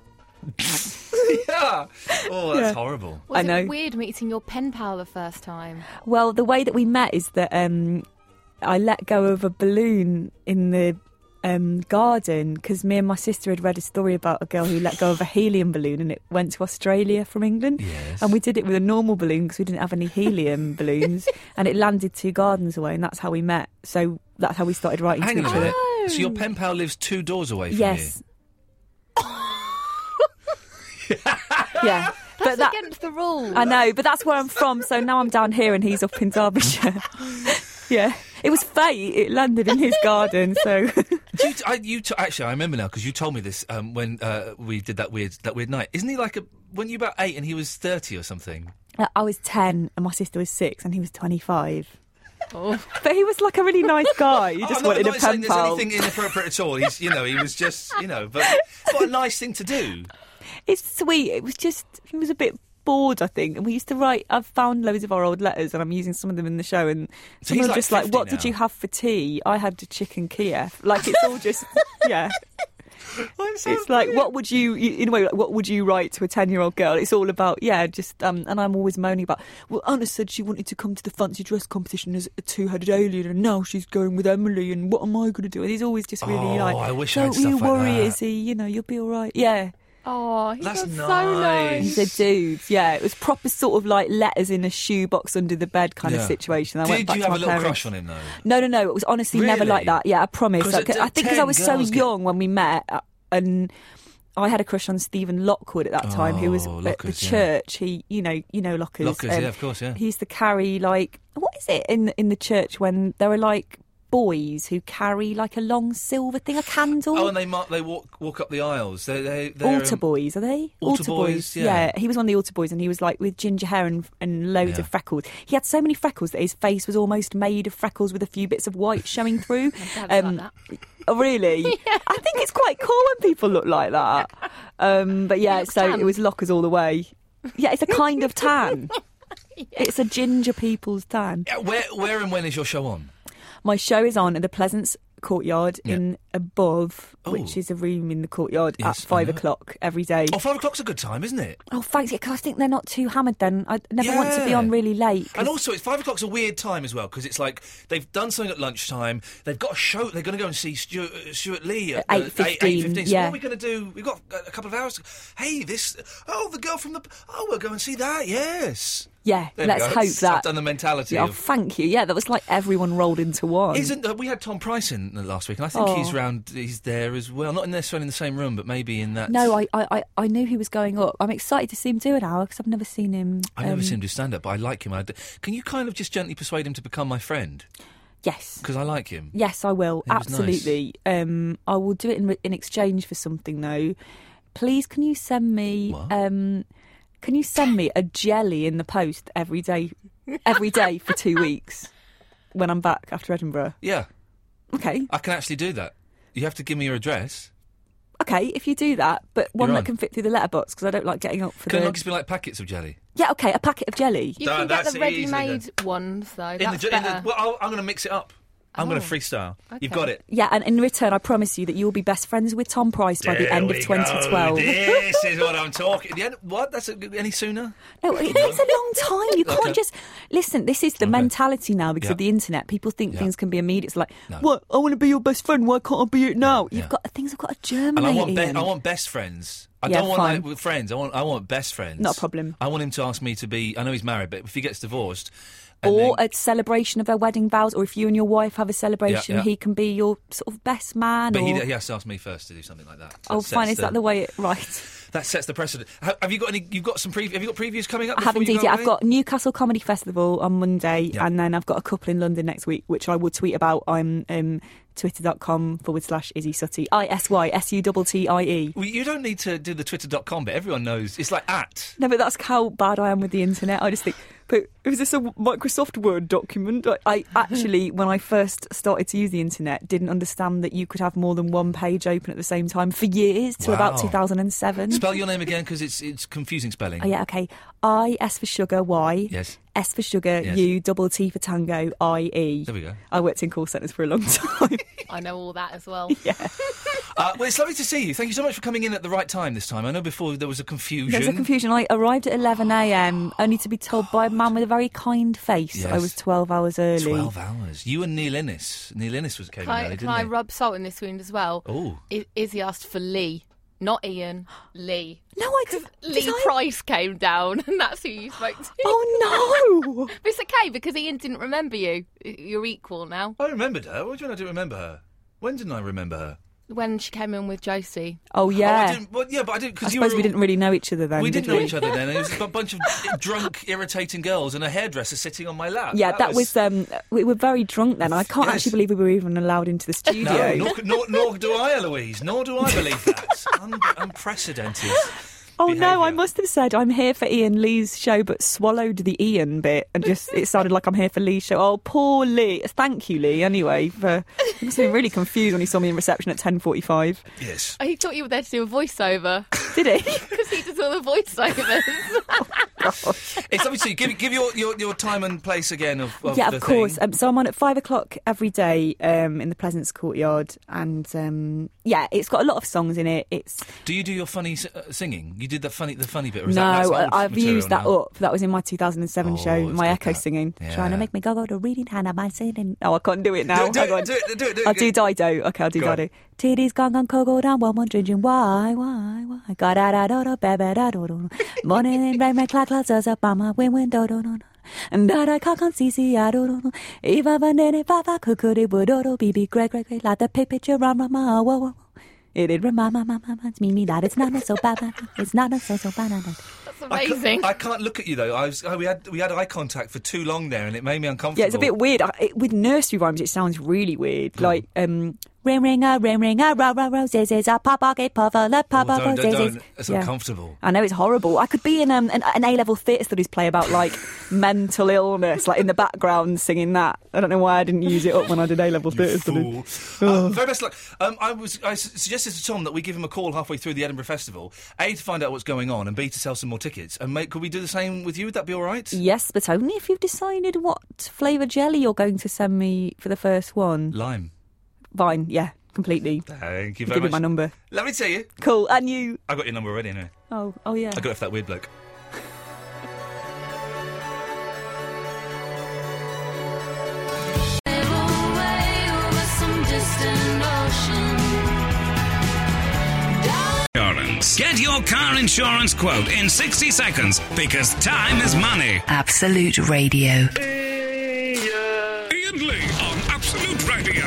S3: yeah. Oh, that's horrible.
S7: Was
S4: I know.
S7: it weird meeting your pen pal the first time?
S4: Well, the way that we met is that um, I let go of a balloon in the um, garden because me and my sister had read a story about a girl who let go of a helium balloon and it went to Australia from England.
S3: Yes.
S4: And we did it with a normal balloon because we didn't have any helium balloons and it landed two gardens away and that's how we met. So that's how we started writing
S3: Hang
S4: to
S3: on
S4: each
S3: a
S4: other.
S3: minute. So your pen pal lives two doors away from
S4: Yes. yeah. but that,
S7: against the rules.
S4: I know, but that's where I'm from. So now I'm down here and he's up in Derbyshire. yeah, it was fate. It landed in his garden. So
S3: Do you, t- I, you t- actually, I remember now because you told me this um, when uh, we did that weird that weird night. Isn't he like a? Weren't you about eight and he was thirty or something?
S4: Uh, I was ten and my sister was six and he was 25.
S7: Oh.
S4: But he was like a really nice guy. He
S3: Oh,
S4: just
S3: I'm not,
S4: wanted
S3: I'm
S4: a
S3: not
S4: pen
S3: saying
S4: pal.
S3: there's anything inappropriate at all. He's, you know, he was just, you know, but what a nice thing to do.
S4: It's sweet. It was just he was a bit bored, I think. And we used to write. I've found loads of our old letters, and I'm using some of them in the show. And some
S3: he's
S4: of them
S3: like
S4: just like,
S3: 50
S4: "What did
S3: now."
S4: you have for tea? I had a chicken Kiev." Like it's all just yeah. it's like what would you you- in a way like, what would you write to a 10 year old girl it's all about yeah just um and i'm always moaning about well anna said she wanted to come to the fancy dress competition as a two-headed alien and now she's going with emily and what am i going to do and he's always just really
S3: Oh,
S4: like
S3: I wish I had
S4: don't you
S3: stuff like
S4: worry
S3: that."
S4: izzy you know you'll be all right yeah
S7: Oh, he
S3: That's
S7: was so
S3: nice.
S7: nice.
S4: He's a dude, yeah. It was proper sort of like letters in a shoebox under the bed kind
S3: Yeah.
S4: of situation. I went
S3: Did
S4: back
S3: you
S4: to
S3: have a
S4: my
S3: little
S4: parents.
S3: crush on him though?
S4: No, no, no. It was honestly never
S3: Really?
S4: like that. Yeah, I promise.
S3: 'Cause
S4: Like,
S3: at-
S4: I
S3: at
S4: think because I
S3: 10,
S4: was so
S3: girls get-
S4: young when we met, uh, and I had a crush on Stephen Lockwood at that time, who was
S3: Oh,
S4: at the
S3: Lockwood, yeah.
S4: church. He, you know, you know Lockers.
S3: Lockers, yeah, of course, yeah.
S4: He used to carry like what is it in in the church when there are like boys who carry like a long silver thing, a candle.
S3: Oh, and they mark, they walk walk up the aisles. They they they're,
S4: Altar
S3: um,
S4: boys, are they?
S3: Altar boys, yeah.
S4: He was one of the altar boys, and he was like with ginger hair and, and loads
S3: Yeah.
S4: of freckles. He had so many freckles that his face was almost made of freckles with a few bits of white showing through.
S7: dad's like
S4: oh, really? I think it's quite cool when people look like that. Um, but yeah,
S7: looks
S4: so
S7: tan.
S4: it was lockers all the way. Yeah, it's a kind of tan. It's a ginger people's tan.
S3: Yeah, Where where and when is your show on?
S4: My show is on at the Pleasance Courtyard
S3: Yeah.
S4: in Above, which
S3: Oh.
S4: is a room in the courtyard
S3: Yes,
S4: at
S3: I
S4: five
S3: know it.
S4: o'clock every day.
S3: Oh, five o'clock's a good time, isn't it?
S4: Oh, thanks. Because I think they're not too hammered then. I never want to be
S3: Yeah.
S4: on really late. 'cause-
S3: And also, it's five o'clock's a weird time as well because it's like they've done something at lunchtime. They've got a show. They're going to go and see Stuart, uh, Stuart Lee at
S4: At
S3: uh,
S4: 8:15,
S3: eight fifteen. So
S4: yeah.
S3: what are we going to do? We've got a a couple of hours. Hey, this. Oh, the girl from the. Oh, we'll go and see that. Yes.
S4: yeah,
S3: There we
S4: let's
S3: go.
S4: hope
S3: I've
S4: that.
S3: done the mentality
S4: Yeah, oh,
S3: of-
S4: thank you. Yeah, that was like everyone rolled into one.
S3: Isn't uh, we had Tom Price in the last week, and I think he's
S4: Oh.
S3: round. He's there as well, not necessarily in the same room, but maybe in that.
S4: no, I, I, I- I knew he was going up. I'm excited to see him do an hour because I've never seen him.
S3: I've never
S4: um,
S3: seen him do stand up, but I like him. I d- can you kind of just gently persuade him to become my friend
S4: Yes.
S3: because I like him.
S4: Yes, I will.
S3: It was nice.
S4: Absolutely. Um, I will do it in, re- in exchange for something, though. Please, can you send me?
S3: What?
S4: Um, can you send me a jelly in the post every day, every day for two weeks when I'm back after Edinburgh?
S3: Yeah,
S4: Okay,
S3: I can actually do that. You have to give me your address.
S4: okay. If you do that, but one
S3: You're
S4: that
S3: on.
S4: can fit through the letterbox because I don't like getting up for
S3: Can
S4: the.
S3: it not just be like packets of jelly?
S4: Yeah, okay, a packet of jelly.
S7: You
S3: That-
S7: can get
S3: that's
S7: the
S3: easily done.
S7: ready-made ones though.
S3: In the,
S7: that's
S3: ju- in the-
S7: better.
S3: well, I'll, I'm going to mix it up. I'm
S4: Oh,
S3: going to freestyle. You've got
S7: okay.
S3: it.
S4: Yeah, and in return, I promise you that you will be best friends with Tom Price by the
S3: There
S4: end of
S3: we go.
S4: 2012.
S3: This is what I'm talking. The end, what? That's a, any sooner?
S4: No, it takes a long time. You can't
S3: Okay.
S4: just listen. This is the mentality now because of
S3: Yeah.
S4: the internet. People think
S3: Yeah.
S4: things can be immediate. It's like,
S3: No.
S4: what? I want to be your best friend. Why can't I be it now? You've
S3: Yeah.
S4: got things have got to
S3: And
S4: germinate.
S3: I want, be-
S4: Ian.
S3: I want best friends. I
S4: Yeah,
S3: don't want
S4: fine.
S3: like with friends. I want I want best friends.
S4: Not a problem.
S3: I want him to ask me to be. I know he's married, but if he gets divorced, and
S4: or
S3: then-
S4: a celebration of their wedding vows, or if you and your wife have a celebration,
S3: yeah.
S4: he can be your sort of best man.
S3: but
S4: or,
S3: he, he has to ask me first to do something like that. that
S4: oh,
S3: sets
S4: fine. Is that the way it right?
S3: That sets the precedent. Ha- Have you got any? You've got some. Pre- have you got previews coming up?
S4: I have
S3: before you
S4: indeed.
S3: go
S4: Yeah,
S3: away?
S4: I've got Newcastle Comedy Festival on Monday,
S3: Yeah.
S4: and then I've got a couple in London next week, which I will tweet about. I'm um, twitter.com forward slash Izzy Sutty. I S Y S U T T I E.
S3: Well, you don't need to do the twitter.com but Everyone knows. It's like at.
S4: No, but that's how bad I am with the internet. I just think, but is this a Microsoft Word document? I, I actually, when I first started to use the internet, didn't understand that you could have more than one page open at the same time for years till about
S3: Wow.
S4: 2007.
S3: Spell your name again because it's it's confusing spelling.
S4: Oh, yeah, okay. I, S for sugar, Y.
S3: Yes.
S4: S for sugar,
S3: Yes.
S4: U, double T for tango, I, E.
S3: There we go.
S4: I worked in call centres for a long time.
S7: I know all that as well.
S3: Uh, well, it's lovely to see you. Thank you so much for coming in at the right time this time. I know before there was a confusion.
S4: there was a confusion. I arrived at 11am, only to be told by a man with a very kind face I
S3: Yes.
S4: was 12 hours early.
S3: Twelve hours. You and Neil Innes. Neil Innes was came
S7: Can, I,
S3: in early,
S7: can
S3: didn't
S7: I
S3: he?
S7: rub salt in this wound as well?
S3: Oh.
S7: I- Izzy asked for Lee, not Ian. Lee.
S4: No, I did,
S7: Lee
S4: did I?
S7: Price came down, and that's who you spoke to.
S4: Oh, no.
S7: But It's okay because Ian didn't remember you. You're equal now.
S3: I remembered her. What do you mean I didn't remember her? When didn't I remember her?
S7: when she came in with Josie.
S4: Oh
S3: I
S4: yeah.
S3: didn't, well, yeah, but I
S4: I
S3: didn't because you were.
S4: suppose we didn't really know each other then.
S3: we
S4: did
S3: didn't know each other then. It was a bunch of drunk, irritating girls and a hairdresser sitting on my lap.
S4: Yeah, that, was, um, we were very drunk then. I can't actually believe we were even allowed into the studio.
S3: No, nor, nor, nor do I, Eloise. Nor do I believe that. Un- unprecedented.
S4: Oh no, I must have said I'm here for Ian Lee's show, but swallowed the Ian bit and just it sounded like I'm here for Lee's show. Oh, poor Lee. Thank you, Lee. Anyway, for he must have been really confused when he saw me in reception at 10:45.
S3: Yes.
S7: Oh, He thought you were there to do a voiceover
S4: Did he?
S7: because he does all the voiceovers.
S3: It's obviously give give your, your, your time and place again of, of
S4: yeah,
S3: the
S4: of course.
S3: Thing.
S4: Um, so I'm on at five o'clock every day um, in the Pleasance Courtyard, and um, yeah, it's got a lot of songs in it. It's
S3: Do you do your funny s- uh, singing? You did the funny the funny bit. Or is that,
S4: no,
S3: that's
S4: I-
S3: old
S4: I've
S3: material
S4: used that
S3: now?
S4: up. That was in my 2007
S3: Oh,
S4: show,
S3: it's
S4: my
S3: good,
S4: echo
S3: that.
S4: singing, trying
S3: Yeah.
S4: to make me go go to reading hand am I singing? Oh, I can't do it now.
S3: Do
S4: Hang
S3: it,
S4: on.
S3: do it, do it, do it.
S4: I'll do Dido. Okay, I'll do
S3: Go on.
S4: Dido. Titties gone gone cold down one one drinking why why why ga da da da da ba ba da do do morning and rain my clock clouds us up on my win win do do do do. and da da cock on CC I do do do Eva banana papa kukuri budodo BB Greg Greg Greg like the pic picture on my whoa whoa whoa it it remind my my my me me that it's not so bad bad, it's not so so bad bad.
S7: That's
S3: I can't-
S7: amazing.
S3: I can't look at you though. I was, I, we had we had eye contact for too long there, and it made me uncomfortable.
S4: Yeah, it's a bit weird. I, it, with nursery rhymes, it sounds really weird. Like, um, ring ring a ring ring ah, a ro ro ro zay zay za pa pa ge pa fa la pa
S3: Oh,
S4: pa
S3: don't,
S4: pa zay
S3: don't, don't.
S4: zay.
S3: It's
S4: Yeah.
S3: uncomfortable.
S4: I know it's horrible. I could be in um, an, an A-level theatre studies play about like mental illness, like in the background singing that. I don't know why I didn't use it up when I did A-level theatre studies.
S3: Fool. Uh, very best luck. Um, I was I s- suggested to Tom that we give him a call halfway through the Edinburgh Festival, a to find out what's going on, and b to sell some more tickets. And mate, could we do the same with you? Would that be all right?
S4: Yes, but only if you've decided what flavour jelly you're going to send me for the first one.
S3: Lime.
S4: Fine, yeah, completely.
S3: Thank you
S4: Give
S3: very
S4: me
S3: much.
S4: my number.
S3: Let me tell you,
S4: Cool, and you.
S3: I got your number already. Anyway,
S4: Oh, oh yeah.
S3: I got it off that weird bloke.
S5: Insurance. Get your car insurance quote in 60 seconds because time is money.
S2: Absolute Radio.
S5: Ian Lee on Absolute Radio.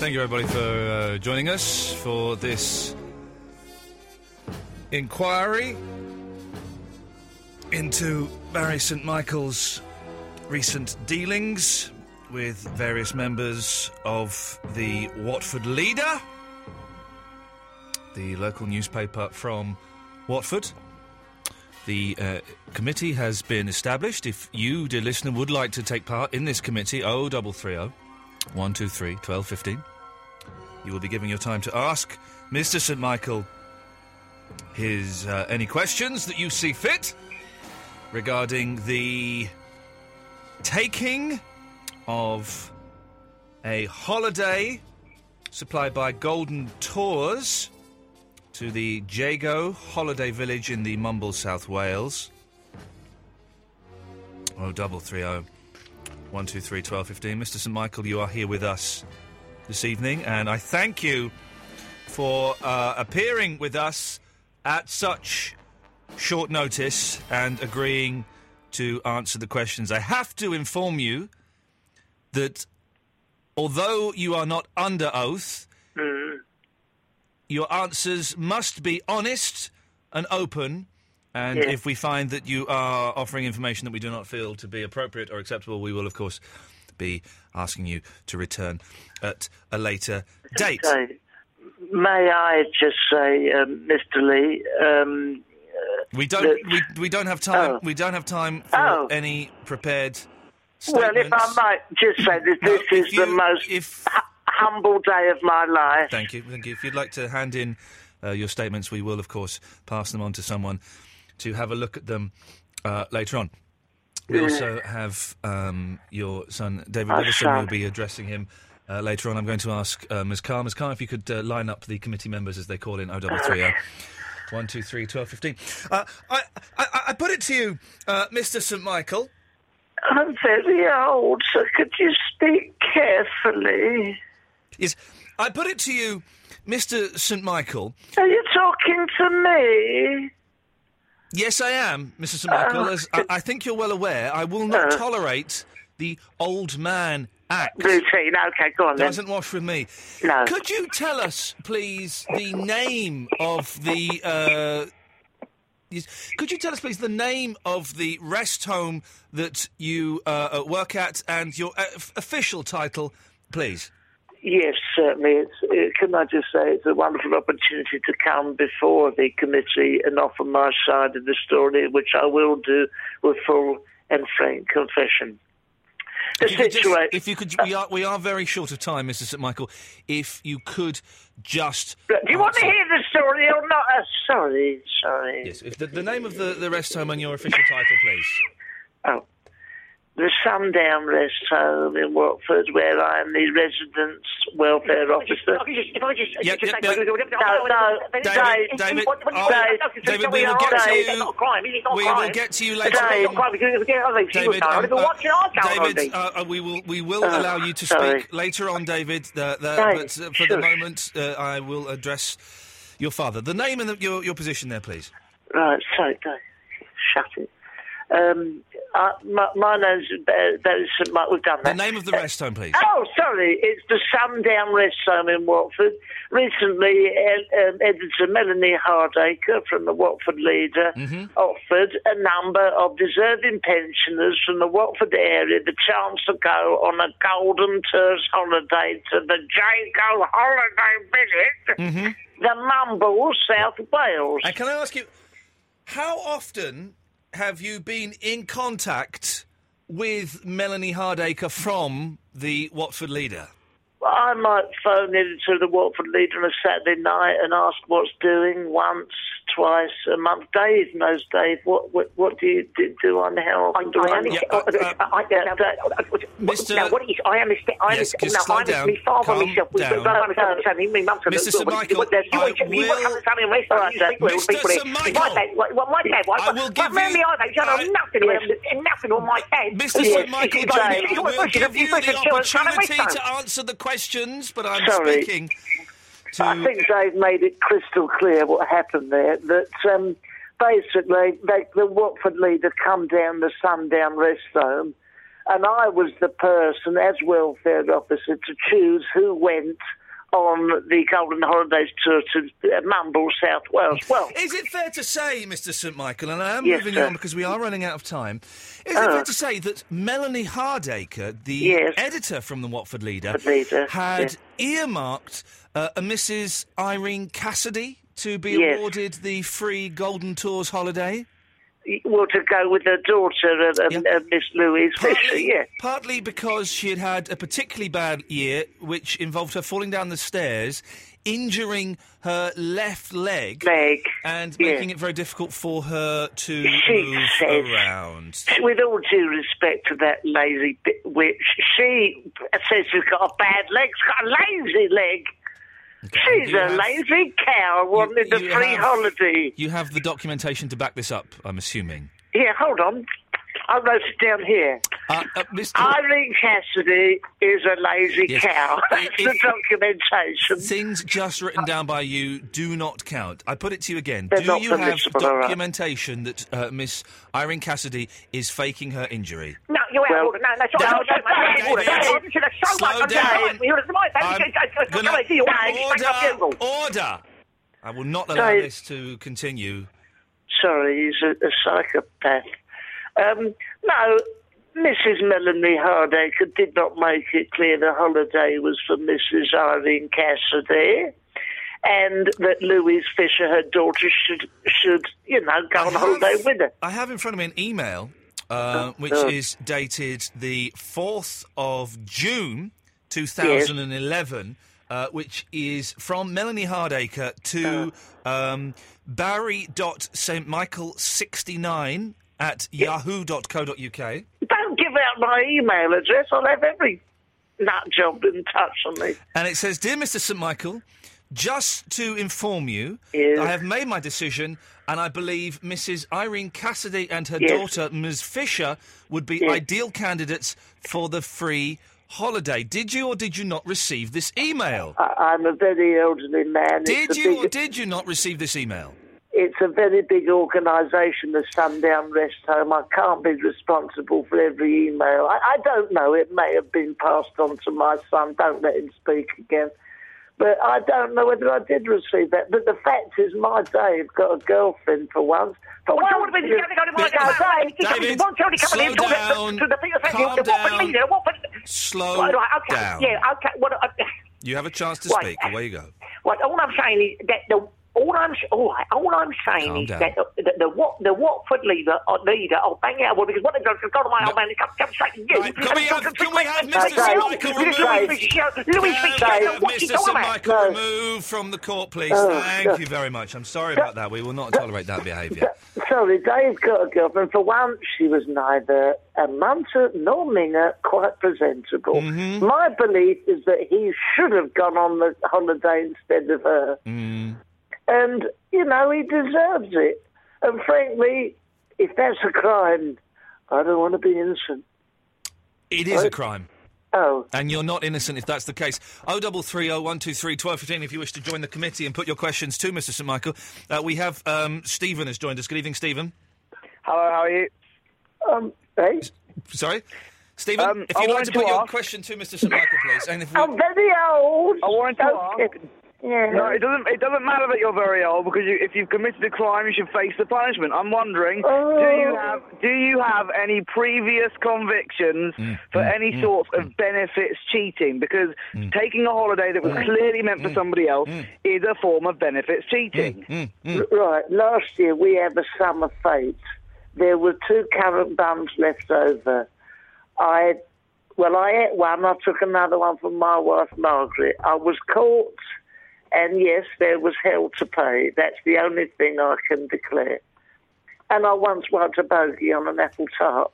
S3: Thank you, everybody, for uh, joining us for this inquiry into Barry St. Michael's recent dealings with various members of the Watford Leader, the local newspaper from Watford. The uh, committee has been established. If you, dear listener, would like to take part in this committee, 0330 123 1215. You will be giving your time to ask Mr. St. Michael his uh, any questions that you see fit regarding the taking of a holiday supplied by Golden Tours to the Jago Holiday Village in the Mumble, South Wales. Oh, double three oh. 123 1215. Mr. St. Michael, you are here with us this evening, and I thank you for uh, appearing with us at such short notice and agreeing to answer the questions. I have to inform you that although you are not under oath, your answers must be honest and open. And
S11: Yeah.
S3: if we find that you are offering information that we do not feel to be appropriate or acceptable, we will, of course, be asking you to return at a later date.
S11: Okay. May I just say, um, Mr. Lee? Um,
S3: We don't. We, we don't have time. We don't have time for
S11: Oh.
S3: any prepared
S11: well,
S3: statements.
S11: if I might just say that this is the most hu- humble day of my life.
S3: Thank you. Thank you. If you'd like to hand in uh, your statements, we will, of course, pass them on to someone to have a look at them uh, later on. We
S11: Yeah.
S3: also have um, your son, David
S11: Our
S3: Willison.
S11: son.
S3: We'll be addressing him uh, later on. I'm going to ask uh, Ms. Carr. Ms. Carr, if you could uh, line up the committee members as they call in 0330. 1, 2, 3, 12, 15. Uh, I, I, I put it to you, uh, Mr. St. Michael.
S11: I'm very old, so could you speak carefully?
S3: Yes, I put it to you, Mr. St. Michael.
S11: Are you talking to me?
S3: Yes, I am, Mr. St. Michael.
S11: Oh,
S3: as I, I think you're well aware, I will
S11: Uh.
S3: not tolerate the old man act.
S11: Routine, okay, go on then.
S3: Doesn't wash with me.
S11: No.
S3: Could you tell us, please, the name of the. Uh, yes, could you tell us, please, the name of the rest home that you uh, uh, work at and your uh, f- official title, please?
S11: Yes, certainly. It's, it, can I just say it's a wonderful opportunity to come before the committee and offer my side of the story, which I will do with full and frank confession. The
S3: If you could just-
S11: situation.
S3: if you could, we are we are very short of time, Mr. St. Michael. If you could just
S11: Do you want to hear the story or not? Uh, sorry, sorry.
S3: yes, if the, the name of the, the rest home and your official title, please.
S11: Oh. The Sundown Rest Home in Watford, where I am the residents welfare officer.
S12: If I just,
S11: Yep,
S12: just
S11: yep,
S12: say-
S11: yep.
S12: No,
S11: No, no,
S12: David,
S11: David, David,
S12: what- what-
S11: oh,
S12: what-
S11: David,
S12: no, because
S11: David,
S12: it's
S11: we
S12: not
S11: will get
S12: a crime.
S11: to
S12: It's not a crime. It's not a
S3: We
S12: crime.
S3: will get to you later.
S12: It's not a
S3: on.
S12: crime. Because it's not a crime. She was not. I've been
S3: um, uh,
S12: watching our channel all day.
S3: David, uh, uh, we will we will
S12: Uh,
S3: allow you to
S12: sorry.
S3: speak later on, David. The, the,
S12: David,
S3: but uh, for the
S12: sure.
S3: moment, uh, I will address your father. The name and the, your your position there, please.
S11: Right, sorry, go. Shut it. Um, uh, my, my name's uh, Barry St. Michael. We've done that.
S3: Name of the rest home, please.
S11: Oh, sorry, it's the Sundown Rest Home in Watford. Recently, ed- um, editor Melanie Hardacre from the Watford Leader
S3: Mm-hmm.
S11: offered a number of deserving pensioners from the Watford area the chance to go on a Golden Tours holiday to the Jago Holiday Village,
S3: Mm-hmm.
S11: the Mumble, South Wales.
S3: And can I ask you, how often have you been in contact with Melanie Hardacre from the Watford leader?
S11: I might phone into the Watford Leader on a Saturday night and ask what's doing once, twice a month. Dave knows, Dave. What what, what do you do, do on help? I, do
S12: I am
S11: yeah, uh,
S12: a- I- now,
S3: Mr.
S12: Now, what is, I am a step. I am
S3: Yes,
S12: a
S3: just
S12: now,
S3: slow
S12: I'm
S3: down,
S12: my father
S3: calm
S12: myself. We-
S3: down.
S12: but I'm a son, me- me mum's a-
S3: Mr. Sir
S12: what-
S3: Michael,
S12: what- you
S3: I
S12: ain't- you
S3: will-
S12: ain't having a son in rest, you speak with-
S3: Mr.
S12: speak with
S3: Sir
S12: it.
S3: Michael,
S12: My dad, what- what my dad was,
S3: I will
S12: but
S3: give
S12: Mary
S3: you-
S12: I don't know nothing with him, nothing on my dad.
S3: Mr.
S12: Yeah.
S3: St. Michael
S12: But-
S3: Jane,
S12: you-
S3: I
S12: you-
S3: will
S12: you-
S3: give you
S12: you- you-
S3: the
S12: you-
S3: opportunity
S12: you-
S3: to answer the questions, but I'm
S11: Sorry.
S3: speaking.
S11: I think Dave made it crystal clear what happened there. That um, basically, they, the Watford leader come down the sundown rest home, and I was the person as welfare officer to choose who went on the Golden Holidays tour to uh, Mumble, South Wales. Well,
S3: Is it fair to say, Mr. St. Michael, and I am
S11: Yes,
S3: moving
S11: sir.
S3: on because we are running out of time, is it
S11: Oh.
S3: fair to say that Melanie Hardacre, the
S11: Yes.
S3: editor from the Watford Leader,
S11: The Leader,
S3: had earmarked uh, a Mrs. Irene Cassidy to be
S11: Yes.
S3: awarded the free Golden Tours holiday?
S11: well, to go with her daughter, uh, uh, uh, Miss Louise Fisher. Yeah.
S3: Partly because she had had a particularly bad year, which involved her falling down the stairs, injuring her left leg,
S11: leg.
S3: and
S11: yeah.
S3: making it very difficult for her to
S11: She
S3: move
S11: says-
S3: around.
S11: With all due respect to that lazy bit witch, she says she's got a bad leg. She's got a lazy leg. She's
S3: you
S11: a
S3: have-
S11: lazy cow wanting a
S3: you
S11: free
S3: have-
S11: holiday.
S3: You have the documentation to back this up, I'm assuming.
S11: Yeah, hold on. I wrote it down here.
S3: Uh, uh,
S11: Irene Cassidy is a lazy
S3: Yes.
S11: cow.
S3: I-
S11: That's the
S3: if-
S11: documentation.
S3: Things just written down by you do not count. I put it to you again.
S11: They're
S3: do
S11: not
S3: you have
S11: permissible, all right.
S3: documentation that uh, Miss Irene Cassidy is faking her injury?
S12: No, you're out of order. No, no, sorry.
S3: Down-
S12: No, no, no, you're out of order.
S3: David,
S12: No, obviously, there's so
S3: slow
S12: much on the
S3: down.
S12: line. You're the right,
S3: I'm
S12: David. It's- it's- it's
S3: gonna-
S12: not easy. You're right. It's not
S3: order,
S12: easy.
S3: order. I will not allow
S11: Sorry.
S3: this to continue.
S11: Sorry, he's a, a psychopath. Um, no, Mrs. Melanie Hardacre did not make it clear the holiday was for Mrs. Irene Cassidy. And that Louise Fisher, her daughter, should should you know go on holiday with her.
S3: I have in front of me an email uh, which
S11: uh.
S3: is dated the 4th of June 2011, uh, which is from Melanie
S11: Uh.
S3: Hardacre to um, barry.stmichael69 at yahoo.co.uk.
S11: Don't give out my email address. I'll have every nut job in touch on me.
S3: And it says, Dear Mr. St. Michael, just to inform you, I have made my decision, and I believe Mrs. Irene Cassidy and her
S13: Yes.
S3: daughter, Ms. Fisher, would be ideal candidates for the free holiday. Did you or did you not receive this email?
S12: Uh,
S11: I, I'm a very elderly man.
S3: Did
S11: it's a
S3: you or
S11: Big,
S3: did you not receive this email?
S11: it's a very big organisation, the Sundown Rest Home. I can't be responsible for every email. I, I don't know. It may have been passed on to my son. Don't let him speak again. But I don't know whether I did receive that. But the fact is, my Dave got a girlfriend for once. For
S12: Well, I
S11: once
S12: would've been
S11: you-
S12: standing on my- David,
S11: Dave,
S12: David, slow
S11: in talking
S12: down,
S11: to the people saying,
S12: calm
S11: "What for
S12: down,
S11: me, you know, what for-"
S3: Slow
S12: Right, right, okay,
S3: down.
S12: Yeah, okay. Well, uh,
S3: You have a chance to
S12: Right.
S3: speak. Away you go.
S12: well, all I'm saying is that the all I'm s- all, right, all I'm saying
S3: Calm
S12: is
S3: down.
S12: that the, the, the what the Watford leader uh, leader I'll bang it out with because what they've done is gone to my old man and come, come straight to you.
S3: can we have- can we have Mr. Sir Michael
S12: Louis
S3: removed?
S12: Fisher, Louis Fisher, I
S3: Can we have
S12: don't know what you
S3: Mr.
S12: talking
S3: St.
S12: about.
S3: Michael removed from the court, please.
S11: Oh,
S3: Thank
S11: God.
S3: you very much. I'm sorry about that. We will not tolerate that behaviour.
S11: Sorry, Dave got a girlfriend. For once, she was neither a munter nor minger, quite presentable. My belief is that he should have gone on the holiday instead of her. And, you know, he deserves it. And frankly, if that's a crime, I don't want to be innocent.
S3: It is a crime.
S11: Oh.
S3: And you're not innocent if that's the case. 0330123115 if you wish to join the committee and put your questions to Mr. St. Michael. Uh, we have um, Stephen has joined us. Good evening, Stephen.
S14: Hello, how are you?
S11: Um, hey.
S3: Sorry? Stephen,
S14: Um,
S3: if
S14: I
S3: you'd like
S14: wanted
S3: to put
S14: to
S3: your
S14: ask-
S3: question to Mr. St. Michael, please. And
S8: Mm-hmm.
S3: if we...
S11: I'm very old.
S14: I wanted to ask.
S11: Yeah.
S14: No, it doesn't. It doesn't matter that you're very old because you, if you've committed a crime, you should face the punishment. I'm wondering,
S15: Oh.
S14: do you have do you have any previous convictions for any sorts of benefits cheating? Because taking a holiday that was clearly meant for somebody else is a form of benefits cheating.
S11: Right, last year we had a summer fete. There were two carrot buns left over. I, well, I ate one. I took another one from my wife Margaret. I was caught, and yes, there was hell to pay. That's the only thing I can declare. And I once wiped a bogey on an apple tart,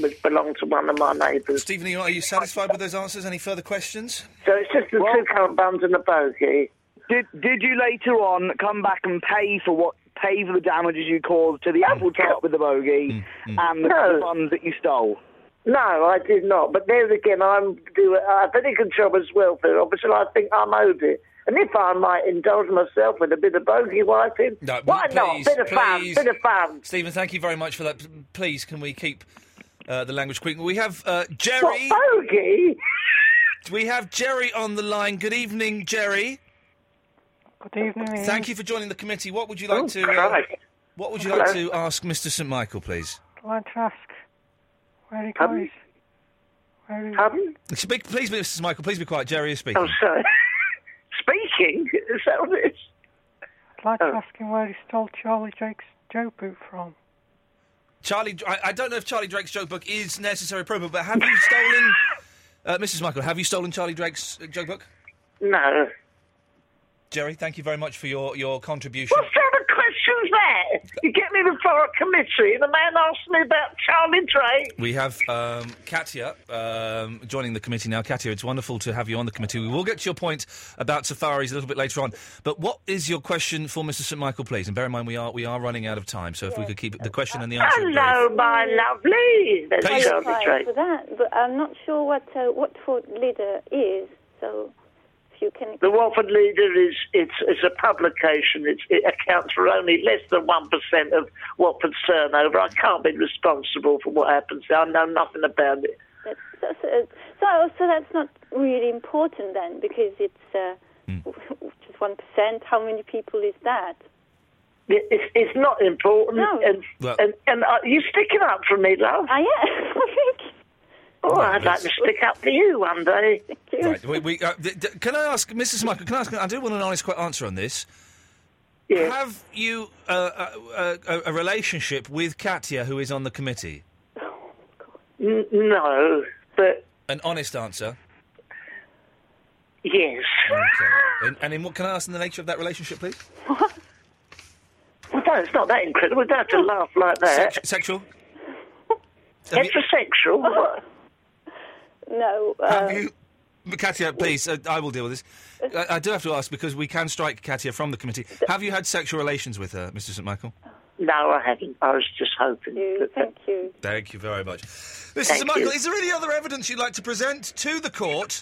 S11: which belonged to one of my neighbours.
S3: Stephen, are you- are you satisfied with those answers? Any further questions?
S11: So it's just the two
S3: mm.
S11: carrot buns and a bogey.
S14: Did did you later on come back and pay for what pay for the damages you caused to the apple tart with the bogey and the
S11: No.
S14: funds that you stole?
S11: No, I did not. But there again, I'm do I think it controls welfare officer. I think I'm owed it. And if I might indulge myself with a bit of bogey wiping,
S3: No,
S11: why
S3: Uh, please,
S11: not? Bit of fun,
S3: please.
S11: bit of fun.
S3: Stephen, thank you very much for that. P- Please, can we keep uh, the language quick? We have uh, Jerry.
S11: What, bogey?
S3: we have Jerry on the line. Good evening, Jerry.
S16: Good evening.
S3: Thank you for joining the committee. What would you like to? Uh,
S16: Christ.
S3: what would you like
S16: Hello.
S3: to ask Mr. St. Michael, please?
S16: I'd like to ask where he
S3: Pardon?
S11: Um,
S16: goes. Where he
S3: Speak, please, Mr. St. Michael. Please be quiet. Jerry is speaking.
S11: Oh, um, sorry. Speaking. Is that what it is? Oh.
S16: I'd like to ask him where he stole Charlie Jake's Joe boot from.
S3: Charlie, I, I don't know if Charlie Drake's joke book is necessary proper, but have you stolen, uh, Mrs. Michael? Have you stolen Charlie Drake's uh, joke book?
S11: No.
S3: Jerry, thank you very much for your your contribution.
S11: What sort of question's that? You get me before a committee. The man asked me about Charlie Drake.
S3: We have um, Katia um, joining the committee now. Katia, it's wonderful to have you on the committee. We will get to your point about safaris a little bit later on. But what is your question for Mr. St Michael, please? And bear in mind, we are we are running out of time, so if we could keep the question and the answer.
S11: Hello, my lovely. That's
S3: Thank you.
S11: Charlie
S17: Sorry
S11: Drake.
S17: for that, but I'm not sure what uh, Watford leader is.
S11: Oh.
S17: So if you can,
S11: The Watford Leader is it's, it's a publication. It's, it accounts for only less than one percent of Watford's turnover. I can't be responsible for what happens. there. I know nothing about it.
S17: that's, that's, uh, so so that's not really important then, because it's uh,
S11: Hmm.
S17: just one percent. How many people is that?
S11: It- It's, it's not important. And,
S17: Well-
S11: and, and uh, you sticking up for me, love?
S17: I am.
S11: Oh, I'd like to stick up for you one day.
S3: Right. We, we, uh, th- th- can I ask, Mrs. Michael? Can I ask? I do want an honest, quite answer on this. Have you uh, uh, uh, a, a relationship with Katia, who is on the committee?
S11: N- no, but
S3: An honest answer.
S11: yes.
S3: And, and in what can I ask in the nature of that relationship, please?
S11: Well, no, it's not that incredible. We don't have to laugh like that.
S3: Sexual? Have you-
S11: Heterosexual?
S17: Oh.
S11: What?
S17: no. Uh,
S3: Have
S11: um,
S3: you, Katia? Please, uh, I will deal with this.
S11: Uh,
S3: I, I do have to ask because we can strike Katia from the committee. Have you had sexual relations with her, Mr. St. Michael?
S11: No, I haven't. I was just hoping. that- uh,
S17: Thank you.
S3: Thank you very much. Mr.
S11: Thank
S3: St. Michael,
S11: you.
S3: is there any other evidence you'd like to present to the court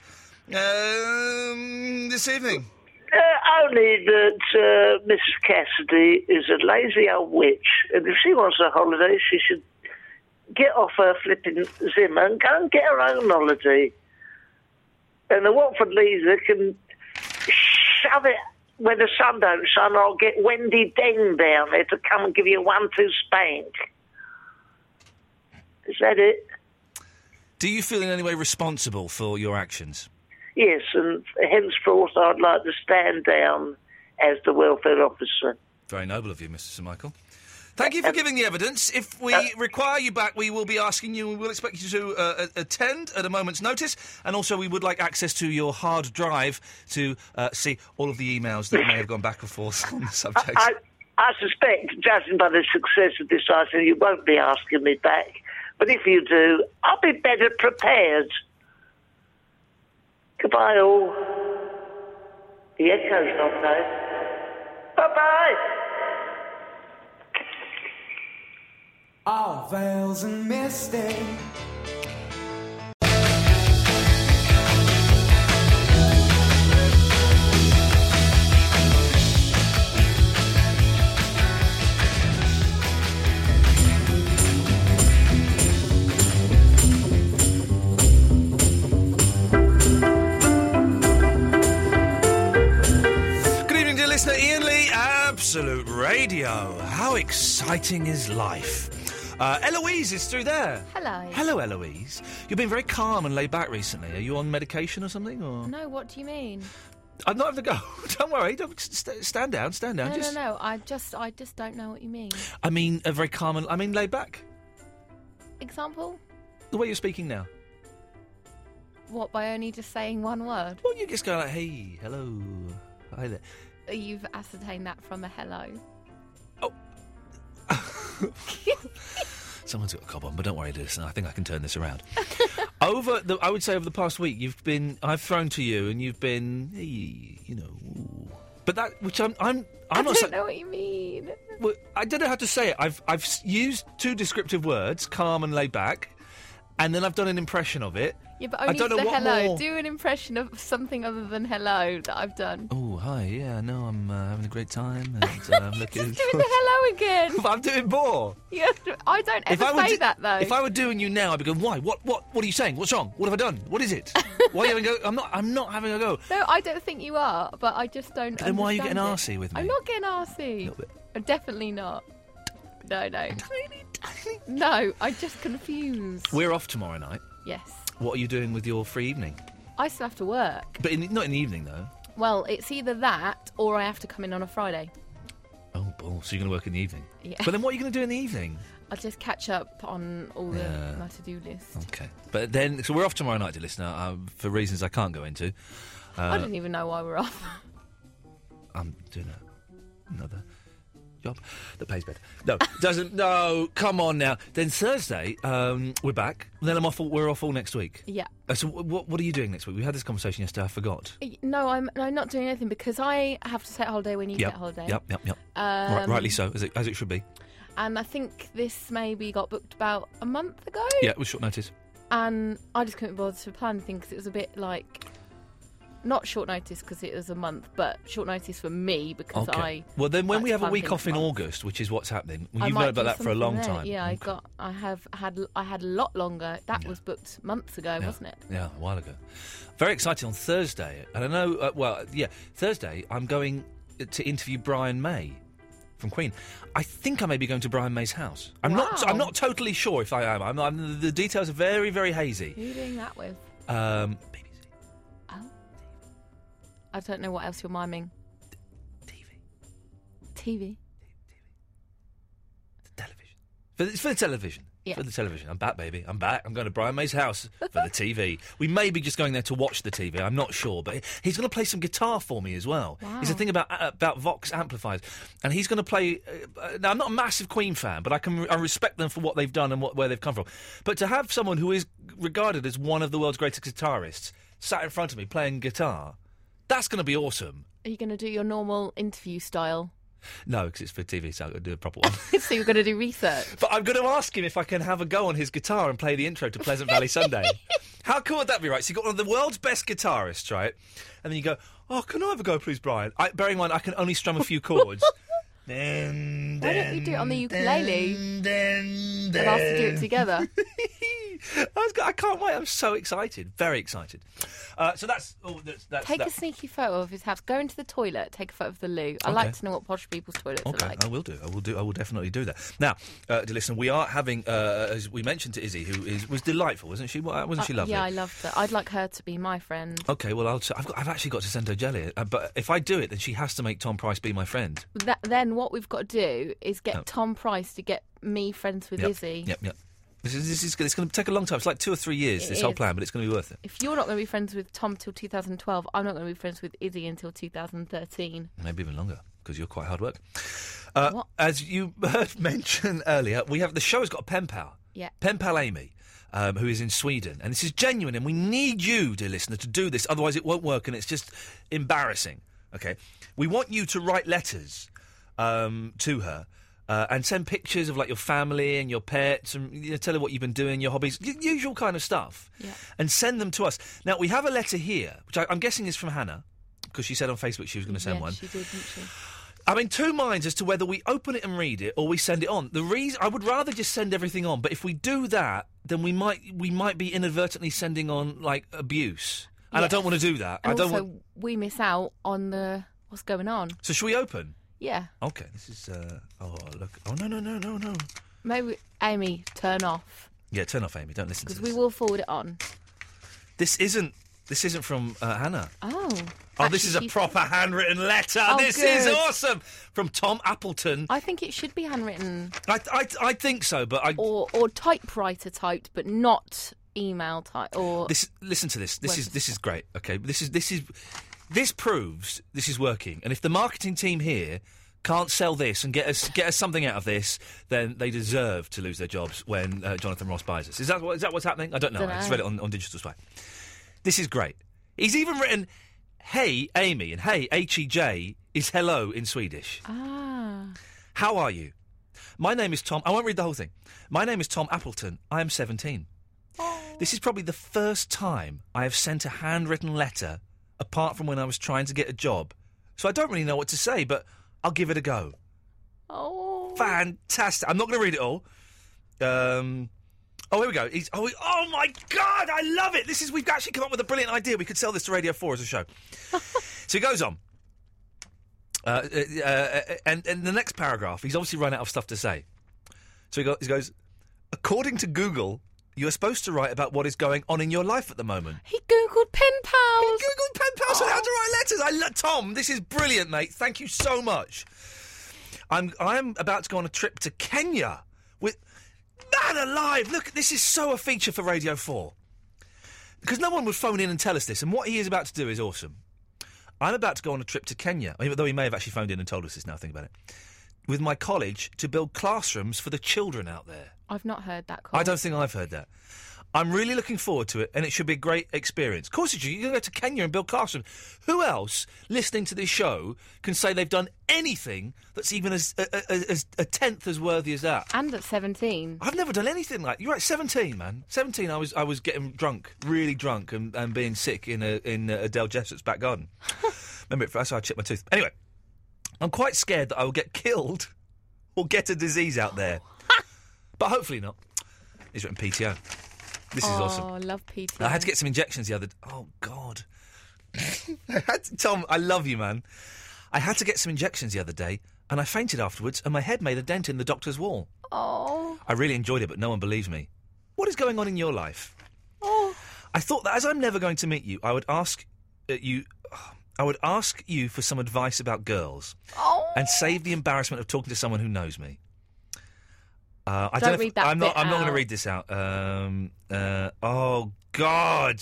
S3: um, this evening?
S11: Uh, only that uh, Mrs. Cassidy is a lazy old witch, and if she wants a holiday, she should get off her flipping Zimmer and go and get her own holiday. And the Watford leader can shove it when the sun don't shine. I'll get Wendy Deng down there to come and give you a one-two spank. Is that it?
S3: Do you feel in any way responsible for your actions?
S11: Yes, and henceforth I'd like to stand down as the welfare officer.
S3: Very noble of you, Mr. St. Michael. Thank you for giving the evidence. If we require you back, we will be asking you. We will expect you to uh, a- attend at a moment's notice, and also we would like access to your hard drive to uh, see all of the emails that may have gone back and forth on the subject.
S11: I, I suspect, judging by the success of this item, you won't be asking me back. But if you do, I'll be better prepared. Goodbye, all. The echo's not known. Bye bye.
S6: All veils and mistakes.
S3: Good evening, dear listener. Ian Lee, Absolute Radio. How exciting is life? Uh, Eloise is through there.
S7: Hello.
S3: Hello, Eloise. You've been very calm and laid back recently. Are you on medication or something? Or
S7: No, what do you mean?
S3: I'm not having to go. don't worry. Don't st- stand down. Stand
S7: No,
S3: down.
S7: no,
S3: just.
S7: no. I just, I just don't know what you mean.
S3: I mean, a very calm and I mean laid back.
S7: Example?
S3: The way you're speaking now.
S7: What by only just saying one word?
S3: Well, you just go like, hey, hello, hi there.
S7: You've ascertained that from a hello.
S3: Someone's got a cob on, but don't worry, listen. I think I can turn this around. over the, I would say over the past week, you've been, I've thrown to you, and you've been, hey, you know, ooh. but that, which I'm, I'm, I'm
S7: I
S3: not.
S7: don't
S3: sa-
S7: know what you mean.
S3: Well, I don't know how to say it. I've, I've s- used two descriptive words, calm and laid back, and then I've done an impression of it.
S7: Yeah, but
S3: I
S7: only
S3: don't know
S7: the
S3: what
S7: hello.
S3: more-
S7: Do an impression of something other than hello that I've done.
S3: Oh, hi, yeah, no, I'm uh, having a great time, and uh, I'm looking.
S7: Doing the hello again.
S3: But I'm doing more.
S7: You have to, I don't ever
S3: were
S7: say
S3: do-
S7: that though.
S3: If I were doing you now, I'd be going, "Why? What? What? What are you saying? What's wrong? What have I done? What is it? why are you having a go? I'm not. I'm not having a go."
S7: No, I don't think you are, but I just don't.
S3: But then why are you getting
S7: understand it.
S3: arsey with
S7: I'm
S3: me?
S7: not getting arsey. I'm definitely not. No, no. No, I'm just confused.
S3: We're off tomorrow night.
S7: Yes,
S3: What are you doing with your free evening?
S7: I still have to work.
S3: But in, not in the evening though.
S7: Well, it's either that or I have to come in on a Friday.
S3: Oh, bull. So you're going to work in the evening.
S7: Yeah.
S3: But then what are you going to do in the evening?
S7: I'll just catch up on all the
S3: Yeah.
S7: my to-do list.
S3: Okay. But then, so we're off tomorrow night, dear listener, um, for reasons I can't go into. Uh,
S7: I didn't even know why we're off.
S3: I'm doing a, another job that pays better. No, doesn't. No, come on now. Then Thursday, um, we're back. Then I'm off. all- We're off all next week.
S7: yeah.
S3: Uh, so, what, what are you doing next week? We had this conversation yesterday. I forgot.
S7: Y- No, I'm, no, I'm not doing anything because I have to take holiday when you
S3: yep.
S7: get holiday.
S3: Yep. Yep. Yep. right,
S7: Um,
S3: rightly so, as it as it should be.
S7: And I think this maybe got booked about a month ago.
S3: Yeah, it was short notice.
S7: And I just couldn't be bothered to plan anything because it was a bit like not short notice because it was a month, but short notice for me because
S3: okay.
S7: I.
S3: well, then when
S7: like
S3: we
S7: to
S3: have a
S7: plan
S3: week
S7: things
S3: off in
S7: months.
S3: August, which is what's happening, well,
S7: I
S3: you've
S7: might
S3: known about
S7: do
S3: that for a
S7: something
S3: long
S7: there.
S3: time.
S7: Yeah, I got, I have had, I had a lot longer. That was booked months ago,
S3: Yeah.
S7: wasn't it?
S3: Yeah, a while ago. Very exciting on Thursday. And I know, uh, well, yeah, Thursday I'm going to interview Brian May from Queen. I think I may be going to Brian May's house. I'm not.
S7: Wow.
S3: I'm not totally sure if I am. I'm, I'm, the details are very, very hazy.
S7: Who are you doing that with?
S3: Um,
S7: I don't know what else you're miming. TV. TV.
S3: for, the- it's for the television.
S7: Yeah.
S3: For the television. I'm back, baby. I'm back. I'm going to Brian May's house for the TV. We may be just going there to watch the TV. I'm not sure, but he- he's going to play some guitar for me as well. It's a
S13: Wow.
S3: thing about uh, about Vox amplifiers, and he's going to play. Uh, uh, now, I'm not a massive Queen fan, but I can I respect them for what they've done and what, where they've come from. But to have someone who is regarded as one of the world's greatest guitarists sat in front of me playing guitar, that's going to be awesome.
S7: Are you going to do your normal interview style?
S3: No, because it's for TV, so I've got to do a proper one.
S7: so you're going to do research.
S3: But I'm going to ask him if I can have a go on his guitar and play the intro to Pleasant Valley Sunday. How cool would that be, right? So you got one of the world's best guitarists, right? And then you go, "Oh, can I have a go, please, Brian?" I, bearing in mind, I can only strum a few chords. Then,
S7: Why don't you do it on the ukulele?
S3: And
S7: I'll have to do it together.
S3: I, was go- I can't wait. I'm so excited, very excited. Uh, so that's, oh, that's, that's
S7: Take
S3: that.
S7: a sneaky photo of his house. Go into the toilet. Take a photo of the loo. I
S3: Okay.
S7: like to know what posh people's toilets
S3: Okay,
S7: are like.
S3: I will do. I will do. I will definitely do that. Now, uh, dear listener, we are having, uh, as we mentioned to Izzy, who is, was delightful, wasn't she? Wa- Wasn't she
S7: Uh,
S3: lovely?
S7: Yeah, I loved her. I'd like her to be my friend.
S3: Okay, well, I'll, I've, got, I've actually got to send her jelly, uh, but if I do it, then she has to make Tom Price be my friend.
S7: That, then what we've got to do is get
S3: Oh.
S7: Tom Price to get me friends with
S3: yep.
S7: Izzy.
S3: Yep, yep. This is, this is, it's going to take a long time. It's like two or three years,
S7: It
S3: this whole
S7: is.
S3: plan, but it's going to be worth it.
S7: If you're not going to be friends with Tom till 2012, I'm not going to be friends with Izzy until 2013.
S3: Maybe even longer, because you're quite hard work. Uh, as you heard mentioned earlier, we have the show has got a pen pal.
S7: Yeah.
S3: Pen pal Amy, um, who is in Sweden. And this is genuine, and we need you, dear listener, to do this. Otherwise, it won't work, and it's just embarrassing. Okay? We want you to write letters um, to her. Uh, and send pictures of like your family and your pets, and you know, tell her what you've been doing, your hobbies, y- usual kind of stuff,
S13: Yeah.
S3: and send them to us. Now we have a letter here, which I, I'm guessing is from Hannah, because she said on Facebook she was going to send
S7: yeah,
S3: one.
S7: she did, didn't she?
S3: I'm in two minds as to whether we open it and read it or we send it on. The reason I would rather just send everything on, but if we do that, then we might we might be inadvertently sending on like abuse, and I
S7: Yes.
S3: don't want to do that.
S7: And
S3: I don't
S7: also,
S3: want.
S7: we miss out on the what's going on.
S3: So should we open?
S7: Yeah,
S3: Okay, this is. Uh, oh look! Oh no no no no no!
S7: maybe Amy, turn off
S3: Yeah, turn off, Amy. Don't listen to
S7: because
S3: this.
S7: we will forward it on.
S3: This isn't. This isn't from uh, Hannah.
S7: Oh,
S3: Oh, this
S7: Actually,
S3: is a
S7: she's-
S3: proper handwritten letter.
S7: Oh,
S3: this is
S7: good.
S3: awesome from Tom Appleton.
S7: I think it should be handwritten
S3: I, I, I think so, but I
S7: or or typewriter typed, but not email type or
S3: This listen to this. This is this is great. Okay, this is this is this proves this is working. And if the marketing team here can't sell this and get us get us something out of this, then they deserve to lose their jobs when uh, Jonathan Ross buys us. Is that what, is that what's happening? I don't know. I
S13: Dunno.
S3: just read it on, on Digital Spy. This is great. He's even written, "Hey Amy," and "Hey H E J" is hello in Swedish.
S7: ah.
S3: How are you? My name is Tom. I won't read the whole thing. My name is Tom Appleton. I am 17. This is probably the first time I have sent a handwritten letter apart from when I was trying to get a job. So I don't really know what to say, but I'll give it a go.
S7: Oh.
S3: Fantastic. I'm not going to read it all. Um, oh, here we go. He's, oh, he- oh, my God. I love it. This is, we've actually come up with a brilliant idea. We could sell this to Radio 4 as a show. so he goes on. Uh, uh, uh, and, and the next paragraph, he's obviously run out of stuff to say. So he, go, he goes, according to Google, you're supposed to write about what is going on in your life at the moment.
S7: He googled pen pals. Oh.
S3: He googled pen pals on how to write letters. I lo- Tom, this is brilliant, mate. Thank you so much. I'm I'm about to go on a trip to Kenya with man alive. Look, this is so a feature for Radio Four because no one would phone in and tell us this. And what he is about to do is awesome. I'm about to go on a trip to Kenya, even though he may have actually phoned in and told us this. Now I think about it, with my college to build classrooms for the children out there.
S7: I've not heard that call.
S3: I don't think I've heard that. I'm really looking forward to it, and it should be a great experience. Of course, it should. You can go to Kenya and build classrooms. Who else listening to this show can say they've done anything that's even as a, a, as a tenth as worthy as that?
S7: And at 17,
S3: I've never done anything like you're right. Seventeen, man. Seventeen. I was I was getting drunk, really drunk, and, and being sick in a, in uh, Adele Jessett's back garden. Remember, it, that's how I chipped my tooth. Anyway, I'm quite scared that I will get killed or get a disease out there, but hopefully not. He's written PTO. This is
S7: oh,
S3: awesome.
S7: I love Peter.
S3: I had to get some injections the other. Oh God, I had to- Tom, I love you, man. I had to get some injections the other day, and I fainted afterwards, and my head made a dent in the doctor's wall.
S7: Oh,
S3: I really enjoyed it, but no one believes me. What is going on in your life?
S7: oh.
S3: I thought that as I'm never going to meet you, I would ask uh, you. I would ask you for some advice about girls
S7: Oh.
S3: and save the embarrassment of talking to someone who knows me. Uh, I
S7: Don't
S3: don't, know if-
S7: read that
S3: I'm not.
S7: bit
S3: I'm not going
S7: out.
S3: to read this out. Um, uh, oh God,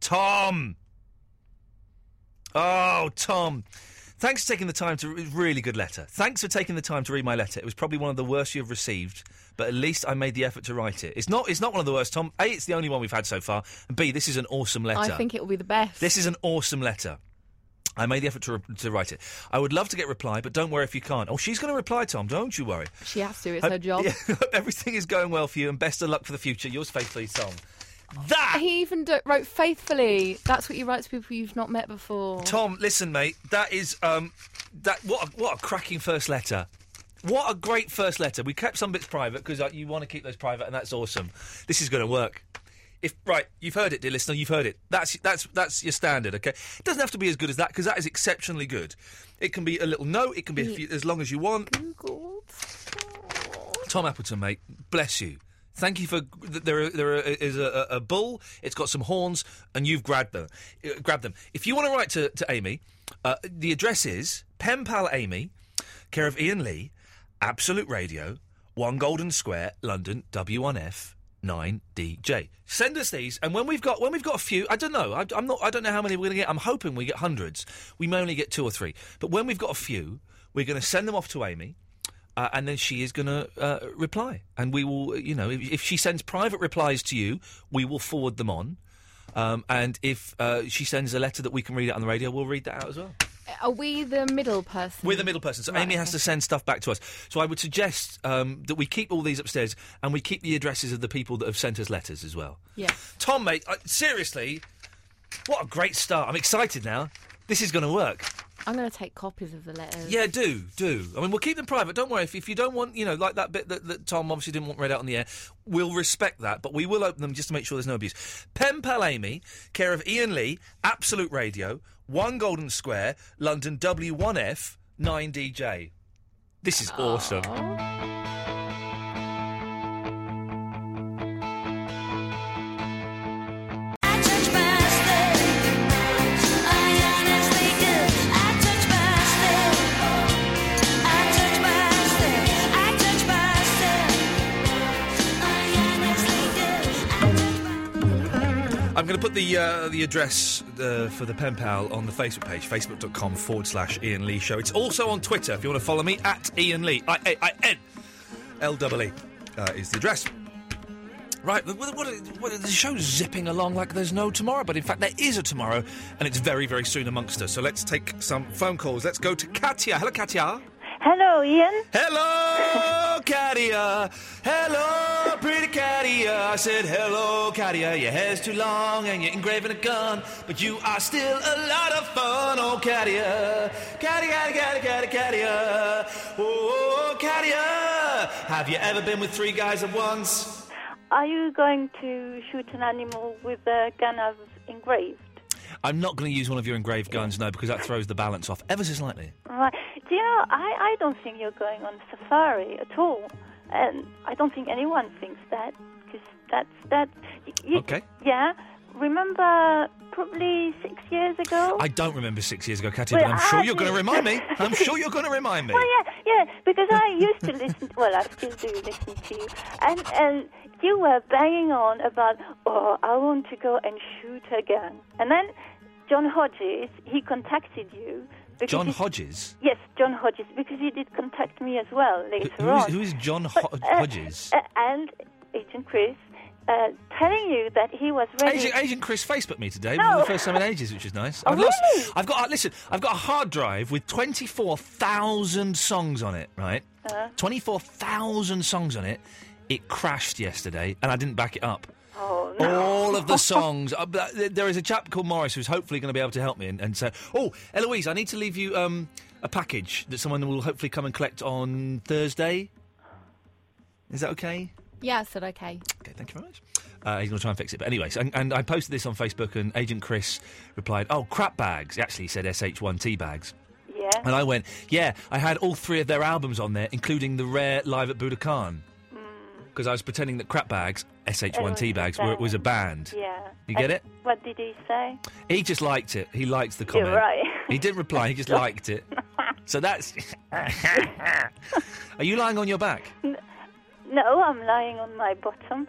S3: Tom. Oh Tom, thanks for taking the time to. It was a really good letter. Thanks for taking the time to read my letter. It was probably one of the worst you have received, but at least I made the effort to write it. It's not. It's not one of the worst, Tom. A, it's the only one we've had so far. And B, this is an awesome letter.
S7: I think it will be the best.
S3: This is an awesome letter. I made the effort to, re- to write it. I would love to get reply, but don't worry if you can't. Oh, she's going to reply, Tom. Don't you worry.
S7: She has to. It's
S3: Hope-
S7: her job.
S3: yeah, hope everything is going well for you, and best of luck for the future. Yours faithfully, Tom.
S7: He even do- wrote faithfully. That's what you write to people you've not met before.
S3: Tom, listen, mate. That is um, that what a, what a cracking first letter. What a great first letter. We kept some bits private because uh, you want to keep those private, and that's awesome. This is going to work. If right, you've heard it, dear listener. You've heard it. That's that's that's your standard. Okay, it doesn't have to be as good as that because that is exceptionally good. It can be a little note. It can be a few, as long as you want. Tom Appleton, mate, bless you. Thank you for th- there. are- There are- is a, a, a bull. It's got some horns, and you've grabbed them. uh, Grabbed them. If you want to write to, to Amy, uh, the address is Pen Pal Amy, care of Ian Lee, Absolute Radio, One Golden Square, London, W1F. 9DJ. Send us these, and when we've got when we've got a few, I don't know. I, I'm not. I don't know how many we're going to get. I'm hoping we get hundreds. We may only get two or three, but when we've got a few, we're going to send them off to Amy uh, and then she is going to uh, reply. And we will, you know, if, if she sends private replies to you, we will forward them on. Um, and if uh, she sends a letter that we can read out on the radio, we'll read that out as well.
S7: Are we the middle person?
S3: We're the middle person, so Amy has to send stuff back to us. So I would suggest um, that we keep all these upstairs and we keep the addresses of the people that have sent us letters as well.
S7: Yeah.
S3: Tom, mate, I, seriously, what a great start! I'm excited now. This is going to work.
S7: I'm going to take copies of the letters.
S3: Yeah, do do. I mean, we'll keep them private. Don't worry. If, if you don't want, you know, like that bit that, that Tom obviously didn't want read out on the air, we'll respect that. But we will open them just to make sure there's no abuse. Pen Pal Amy, care of Ian Lee, Absolute Radio, One Golden Square, London W1F Nine DJ. This is awesome. I'm going to put the uh, the address uh, for the pen pal on the Facebook page, facebook.com forward slash Ian Lee Show. It's also on Twitter if you want to follow me at Ian Lee. I A I N L double E uh, is the address. Right, what, what, what, the show's zipping along like there's no tomorrow, but in fact there is a tomorrow, and it's very, very soon amongst us. So let's take some phone calls. Let's go to Katia. Hello, Katia.
S13: Hello, Ian.
S3: Hello, Katia. Hello, pretty Katia. I said, hello, Katia. Your hair's too long and you're engraving a gun, but you are still a lot of fun, oh, Katia. Katia, Katia, Katia, Katia. Oh, Katia. Have you ever been with three guys at once?
S13: Are you going to shoot an animal with a gun I've engraved?
S3: I'm not going to use one of your engraved guns, no, because that throws the balance off ever so slightly.
S13: Right. Do you know, I, I don't think you're going on safari at all. And I don't think anyone thinks that, because that's that. y- y-
S3: Okay.
S13: Yeah. Remember, probably six years ago?
S3: I don't remember six years ago, Katia,
S13: Well,
S3: but I'm
S13: I
S3: sure you're
S13: did-
S3: going to remind me. I'm sure you're going to remind me.
S13: Well, yeah, yeah, because I used to listen. Well, I still do listen to you, and and you were banging on about, oh, I want to go and shoot a gun, and then John Hodges he contacted you. Because
S3: John
S13: he-
S3: Hodges.
S13: Yes, John Hodges, because he did contact me as well later
S3: Who is,
S13: on.
S3: who is John Hod-
S13: Uh,
S3: Hodges?
S13: uh, and Agent Chris uh, telling you that he was ready.
S3: Agent, Agent Chris Facebooked me today.
S13: No.
S3: For the first time in ages, which is nice.
S13: Oh,
S3: I've lost. I've got. Uh, listen, I've got a hard drive with twenty four thousand songs on it. Right.
S13: Uh-huh.
S3: Twenty four thousand songs on it. It crashed yesterday, and I didn't back it up.
S13: Oh,
S3: All of the songs. Uh, but th- there is a chap called Morris who's hopefully going to be able to help me and, and say, "Oh, Eloise, I need to leave you um, a package that someone will hopefully come and collect on Thursday." Is that okay?
S7: Yeah, I said okay.
S3: Okay, thank you very much. Uh, he's going to try and fix it. But anyway, so- and, and I posted this on Facebook, and Agent Chris replied, "Oh, crap bags." He actually said "sh1t bags."
S13: Yeah.
S3: And I went, "Yeah, I had all three of their albums on there, including the rare live at Budokan."
S13: Hmm.
S3: Because I was pretending that crap bags, sh1t bags, were, was a band.
S13: Yeah.
S3: You get
S13: And
S3: it?
S13: What did he say?
S3: He just liked it. He liked the
S13: You're
S3: comment.
S13: right.
S3: He didn't reply. He just liked it. So that's. Are you lying on your back?
S13: No, No, I'm lying on my bottom.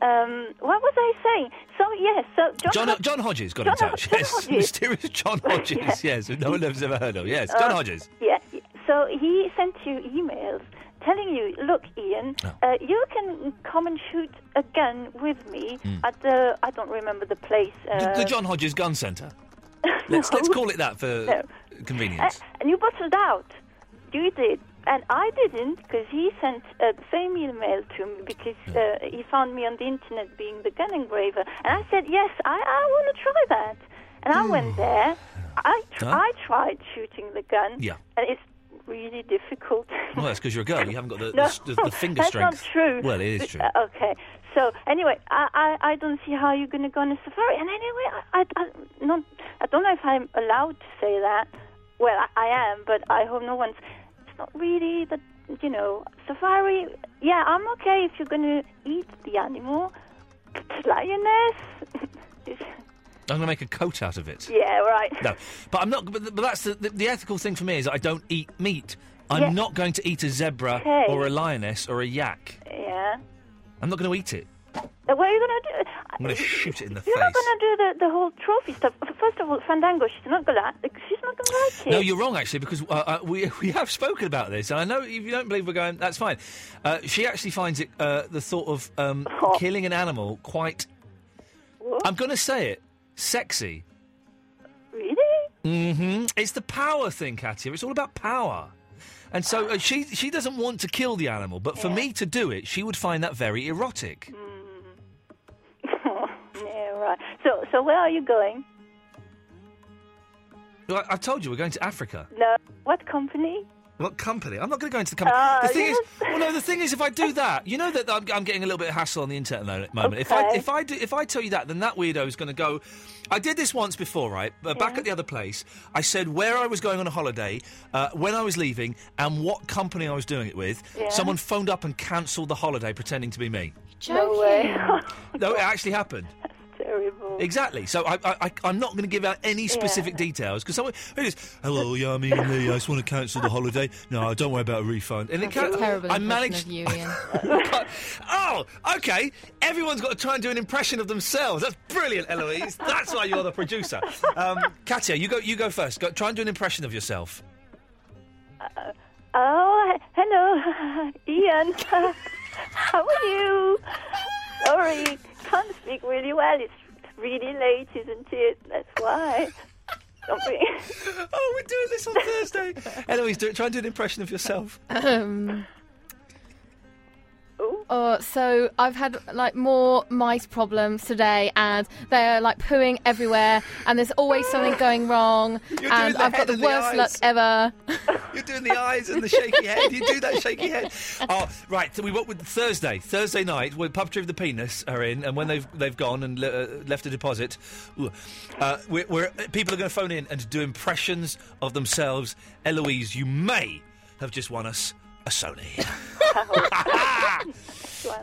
S13: Um, what was I saying? So yes, so John.
S3: John, John Hodges got in
S13: John-
S3: touch.
S13: John
S3: yes,
S13: Hodges.
S3: mysterious John Hodges. Yes, who no one has ever heard of. Yes, John
S13: Uh,
S3: Hodges.
S13: Yeah. So he sent you emails telling you, look, Ian,
S3: Oh.
S13: uh, you can come and shoot a gun with me at the I don't remember the place. Uh,
S3: Hmm. The- the John Hodges Gun Centre. Let's let's call it that for
S13: No.
S3: convenience.
S13: Uh, and you bottled out. You did. And I didn't because he sent uh, the same email to me because uh, he found me on the internet being the gun engraver. And I said, yes, I, I want to try that. And I went there. I, tr-
S3: Hmm. Huh?
S13: I tried shooting the gun.
S3: Yeah.
S13: And it's really difficult.
S3: Well, that's because you're a girl. You haven't got the,
S13: no,
S3: the, the, the finger
S13: that's
S3: strength.
S13: not true.
S3: Well, it is true.
S13: Uh, okay. So anyway, I, I, I don't see how you're going to go on a safari. And anyway, I, I, I not I don't know if I'm allowed to say that. Well, I, I am, but I hope no one's. It's not really that you know safari. Yeah, I'm okay if you're going to eat the animal, lioness.
S3: I'm going to make a coat out of it.
S13: yeah, right.
S3: No, but I'm not. But, but that's the, the, the ethical thing for me is I don't eat meat. I'm
S13: Yeah.
S3: not going to eat a zebra
S13: Okay.
S3: or a lioness or a yak.
S13: Yeah.
S3: I'm not going to eat it.
S13: Uh, What are you going to do?
S3: I'm going to shoot it in the
S13: You're not
S3: face.
S13: going to do the, the whole trophy stuff. First of all, Fandango, she's not going to. She's not going to like it.
S3: No, you're wrong actually because uh, uh, we we have spoken about this, and I know if you don't believe we're going, that's fine. Uh, she actually finds it uh, the thought of um, killing an animal quite. I'm going to say it, sexy.
S13: Really?
S3: hmm It's the power thing, Katia. It's all about power. And so uh, she she doesn't want to kill the animal, but for me to do it, she would find that very erotic.
S13: Yeah, right. So, so where are you going?
S3: Well, I, I've told you we're going to Africa.
S13: No, what company?
S3: What company? I'm not going to go into the company.
S13: Ah,
S3: the thing
S13: yes.
S3: is, well, no. The thing is, if I do that, you know that I'm, I'm getting a little bit of hassle on the internet at the moment. If I
S18: Okay.
S3: if I do if I tell you that, then that weirdo is going to go. I did this once before, right? Uh, Back at the other place, I said where I was going on a holiday, uh, when I was leaving, and what company I was doing it with.
S13: Yeah.
S3: Someone phoned up and cancelled the holiday, pretending to be me.
S13: No way.
S3: No, it actually happened.
S13: Terrible.
S3: Exactly. So I, I, I- I'm not going to give out any specific details because someone it is. Hello, yeah, I'm Ian Lee. I just want to cancel the holiday. No, don't worry about a refund. And it
S7: That's
S3: can,
S7: a terrible
S3: I
S7: impression
S3: managed.
S7: of you, Ian.
S3: Oh, okay. Everyone's got to try and do an impression of themselves. That's brilliant, Eloise. That's why you're the producer. Um, Katia, you go. You go first. Go, try and do an impression of yourself.
S13: Oh, he- hello, Ian. How are you? Sorry, can't speak really well. It's really late, isn't it? That's why. Something.
S3: oh, we're doing this on Thursday. Eloise, do, try and do an impression of yourself.
S7: Um, uh, so I've had like more mice problems today, and they're like pooing everywhere, and there's always something going wrong,
S3: doing
S7: and
S3: the
S7: I've got
S3: head
S7: the
S3: and the
S7: worst luck
S3: eyes.
S7: ever.
S3: You're doing the eyes and the shaky head. You do that shaky head. Oh, right. So we went with Thursday. Thursday night, when Pub Tree of the Penis are in, and when they've they've gone and le- uh, left a deposit, ooh, uh, we're, we're, people are going to phone in and do impressions of themselves. Eloise, you may have just won us a Sony.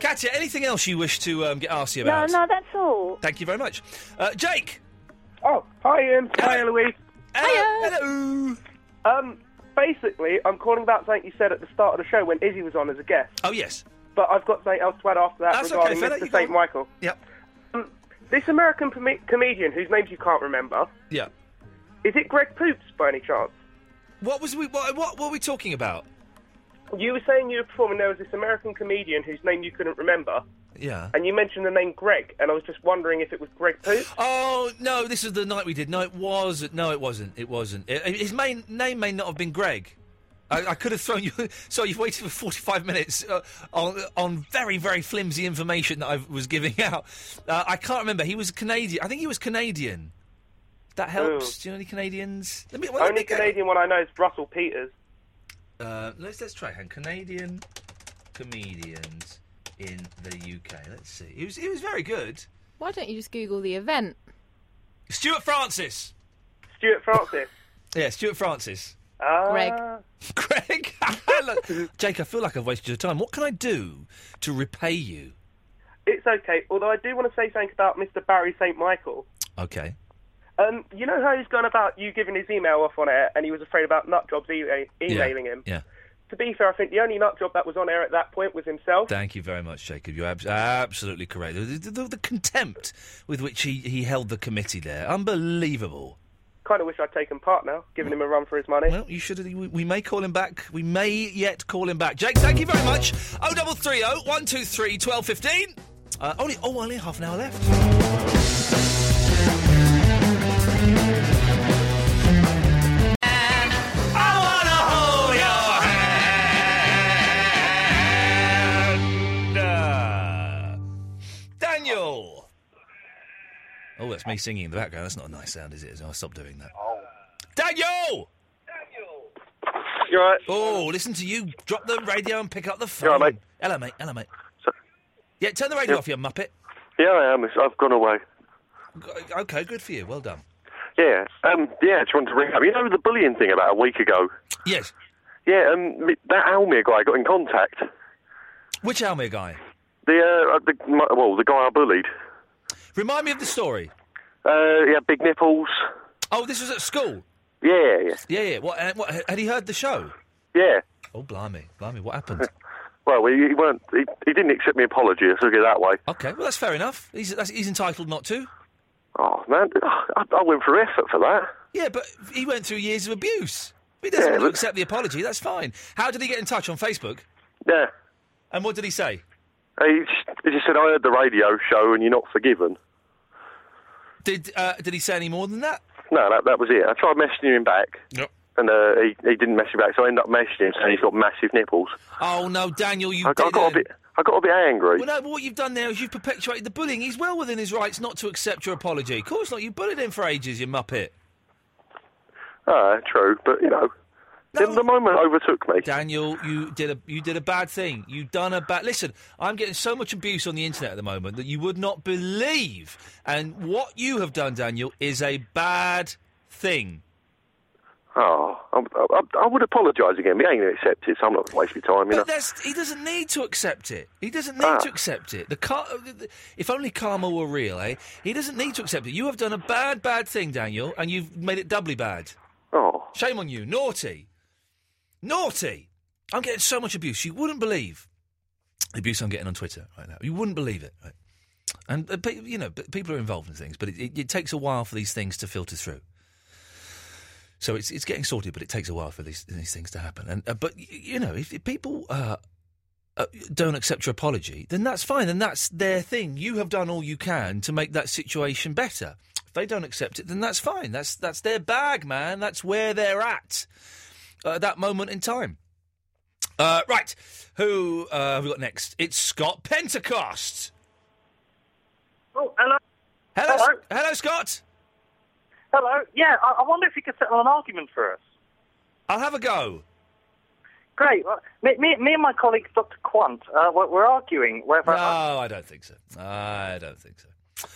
S3: Katya, anything else you wish to um, get arsy
S13: No,
S3: about?
S13: no, that's all.
S3: Thank you very much. Uh, Jake! Uh,
S14: Oh, hi Ian. Hi Eloise.
S3: Hello.
S14: Um, basically, I'm calling about something you said at the start of the show when Izzy was on as a guest.
S3: Oh, yes.
S14: But I've got something else to add after that
S3: That's okay,
S14: regarding
S3: fella, you
S14: Mr.
S3: go
S14: St.
S3: on.
S14: Michael.
S3: Yep.
S14: Um, this American com- comedian whose names you can't remember,
S3: Yeah.
S14: is it Greg Poops by any chance?
S3: What was we? What, what were we talking about?
S14: You were saying you were performing, there was this American comedian whose name you couldn't remember,
S3: Yeah.
S14: and you mentioned the name Greg, and I was just wondering if it was Greg Poops.
S3: Oh no! This is the night we did. No, it was. No, it wasn't. It wasn't. I- I- his main name may not have been Greg. I, I could have thrown you. So you've waited for forty-five minutes uh, on on very very flimsy information that I was giving out. Uh, I can't remember. He was Canadian. I think he was Canadian. That helps. Do you know any Canadians? Let me, well, let
S14: Only
S3: me go-
S14: Canadian one I know is Russell Peters.
S3: Uh, let's let's try. And Canadian comedians in the UK. Let's see. He was he was very good.
S7: Why don't you just Google the event?
S3: Stuart Francis.
S14: Stuart Francis. Ah.
S3: Yeah, Stuart Francis.
S7: Greg.
S14: Uh,
S3: Greg. Look, Jake, I feel like I've wasted your time. What can I do to repay you?
S14: It's okay, although I do want to say something about Mr. Barry St. Michael.
S3: Okay.
S14: Um, you know how he's gone about you giving his email off on air, and he was afraid about nut jobs e-
S3: Yeah,
S14: emailing him.
S3: Yeah.
S18: to be fair, I think the only nut job that was on air at that point was himself.
S3: Thank you very much, Jacob. You're abs- absolutely correct. The, the- the contempt with which he, he held the committee there, unbelievable.
S18: Kind of wish I'd taken part now, giving him a run for his money.
S3: Well, you should. We, we may call him back. We may yet call him back. Jake, thank you very much. Oh, double three oh one two three twelve fifteen. Uh, only oh, only half an hour left. Uh, Daniel. Oh, that's me singing in the background. That's not a nice sound, is it? I'll stop doing that. Oh. Daniel.
S18: You're right.
S3: Oh, listen to you. Drop the radio and pick up the phone. mate. Hello, mate. Hello, mate. yeah, turn the radio off, you muppet.
S19: Yeah, I am. It's- I've gone away.
S3: G- Okay, good for you. Well done.
S19: Yeah, um, yeah. I just wanted to ring up. You know the bullying thing about a week ago.
S3: Yes.
S19: Yeah, um, me- that Almir guy got in contact.
S3: Which Almir guy?
S19: The, uh, the my, well, the guy I bullied.
S3: Remind me of the story.
S19: Uh, he had big nipples.
S3: Oh, this was at school.
S19: Yeah, yeah,
S3: Yeah, yeah. What, uh, what, had he heard the show?
S19: yeah.
S3: Oh, blimey, blimey, what happened?
S19: Well, he, he weren't. He, he didn't accept my apology. Let's look at it that way.
S3: Okay, well that's fair enough. He's that's, he's entitled not to.
S19: Oh man, I, I went for effort for that.
S3: Yeah, but he went through years of abuse. He doesn't want to accept the apology. That's fine. How did he get in touch on Facebook?
S19: Yeah.
S3: And what did he say?
S19: He just, he just said, "I heard the radio show, and you're not forgiven."
S3: Did uh, did he say any more than that?
S19: No, that, that was it. I tried messaging him back,
S3: Yep.
S19: and uh, he, he didn't message back. So I ended up messaging him saying he's got massive nipples.
S3: Oh no, Daniel, you
S19: I, got, I
S3: did
S19: got a bit. I got a bit angry.
S3: Well, no, but what you've done now is you've perpetuated the bullying. He's well within his rights not to accept your apology. Of course not. You bullied him for ages, you muppet.
S19: Ah, true, but you know, the, the moment overtook me.
S3: Daniel, you did a you did a bad thing. You done a bad. Listen, I'm getting so much abuse on the internet at the moment that you would not believe. And what you have done, Daniel, is a bad thing.
S19: Oh, I, I, I would apologise again, but he ain't going to accept it, so I'm not wasting time, you know.
S3: But that's, he doesn't need to accept it. He doesn't need
S19: Ah.
S3: to accept it. The car, if only karma were real, eh? He doesn't need to accept it. You have done a bad, bad thing, Daniel, and you've made it doubly bad.
S19: Oh,
S3: shame on you, naughty, naughty. I'm getting so much abuse. You wouldn't believe the abuse I'm getting on Twitter right now. You wouldn't believe it. Right? And uh, pe- you know, p- people are involved in things, but it, it, it takes a while for these things to filter through. So it's it's getting sorted, but it takes a while for these these things to happen. And uh, but y- you know, if, if people uh, uh, don't accept your apology, then that's fine. Then that's their thing. You have done all you can to make that situation better. If they don't accept it, then that's fine. That's that's their bag, man. That's where they're at uh, at that moment in time. Uh, right, who uh, have we got next? It's Scott Pentecost.
S15: Oh, hello.
S3: Hello, hello, hello Scott.
S15: Hello. Yeah, I, I wonder if you could settle an argument for us.
S3: I'll have a go.
S15: Great. Well, me, me, me and my colleague, Dr. Quant, uh, we're, we're arguing whether.
S3: No, I don't think so. I don't think so.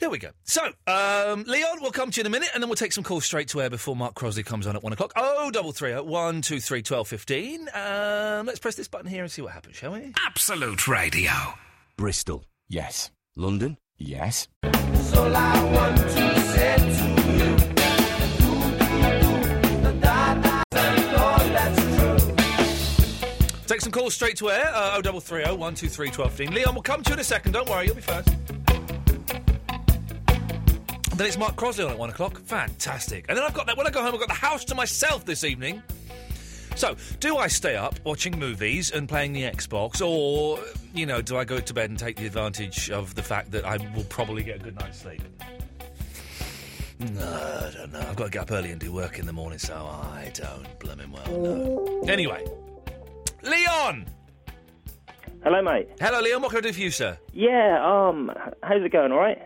S3: There we go. So, um, Leon, we'll come to you in a minute, and then we'll take some calls straight to air before Mark Crosley comes on at one o'clock. Oh, double three, oh, one, two, three, twelve, fifteen. Um, let's press this button here and see what happens, shall we?
S5: Absolute Radio.
S10: Bristol, yes. London, yes.
S3: Take some calls straight to air. Uh, oh, double three, oh, one, two, three, twelve, fifteen. Leon, we'll come to you in a second. Don't worry, you'll be first. Then it's Mark Crosley on at one o'clock. Fantastic. And then I've got that when I go home, I've got the house to myself this evening. So, do I stay up watching movies and playing the Xbox, or you know, do I go to bed and take the advantage of the fact that I will probably get a good night's sleep? No, I don't know. I've got to get up early and do work in the morning, so I don't blooming well know. Anyway, Leon.
S20: Hello, mate.
S3: Hello, Leon. What can I do for you, sir?
S20: Yeah, um, h- how's it going, all right?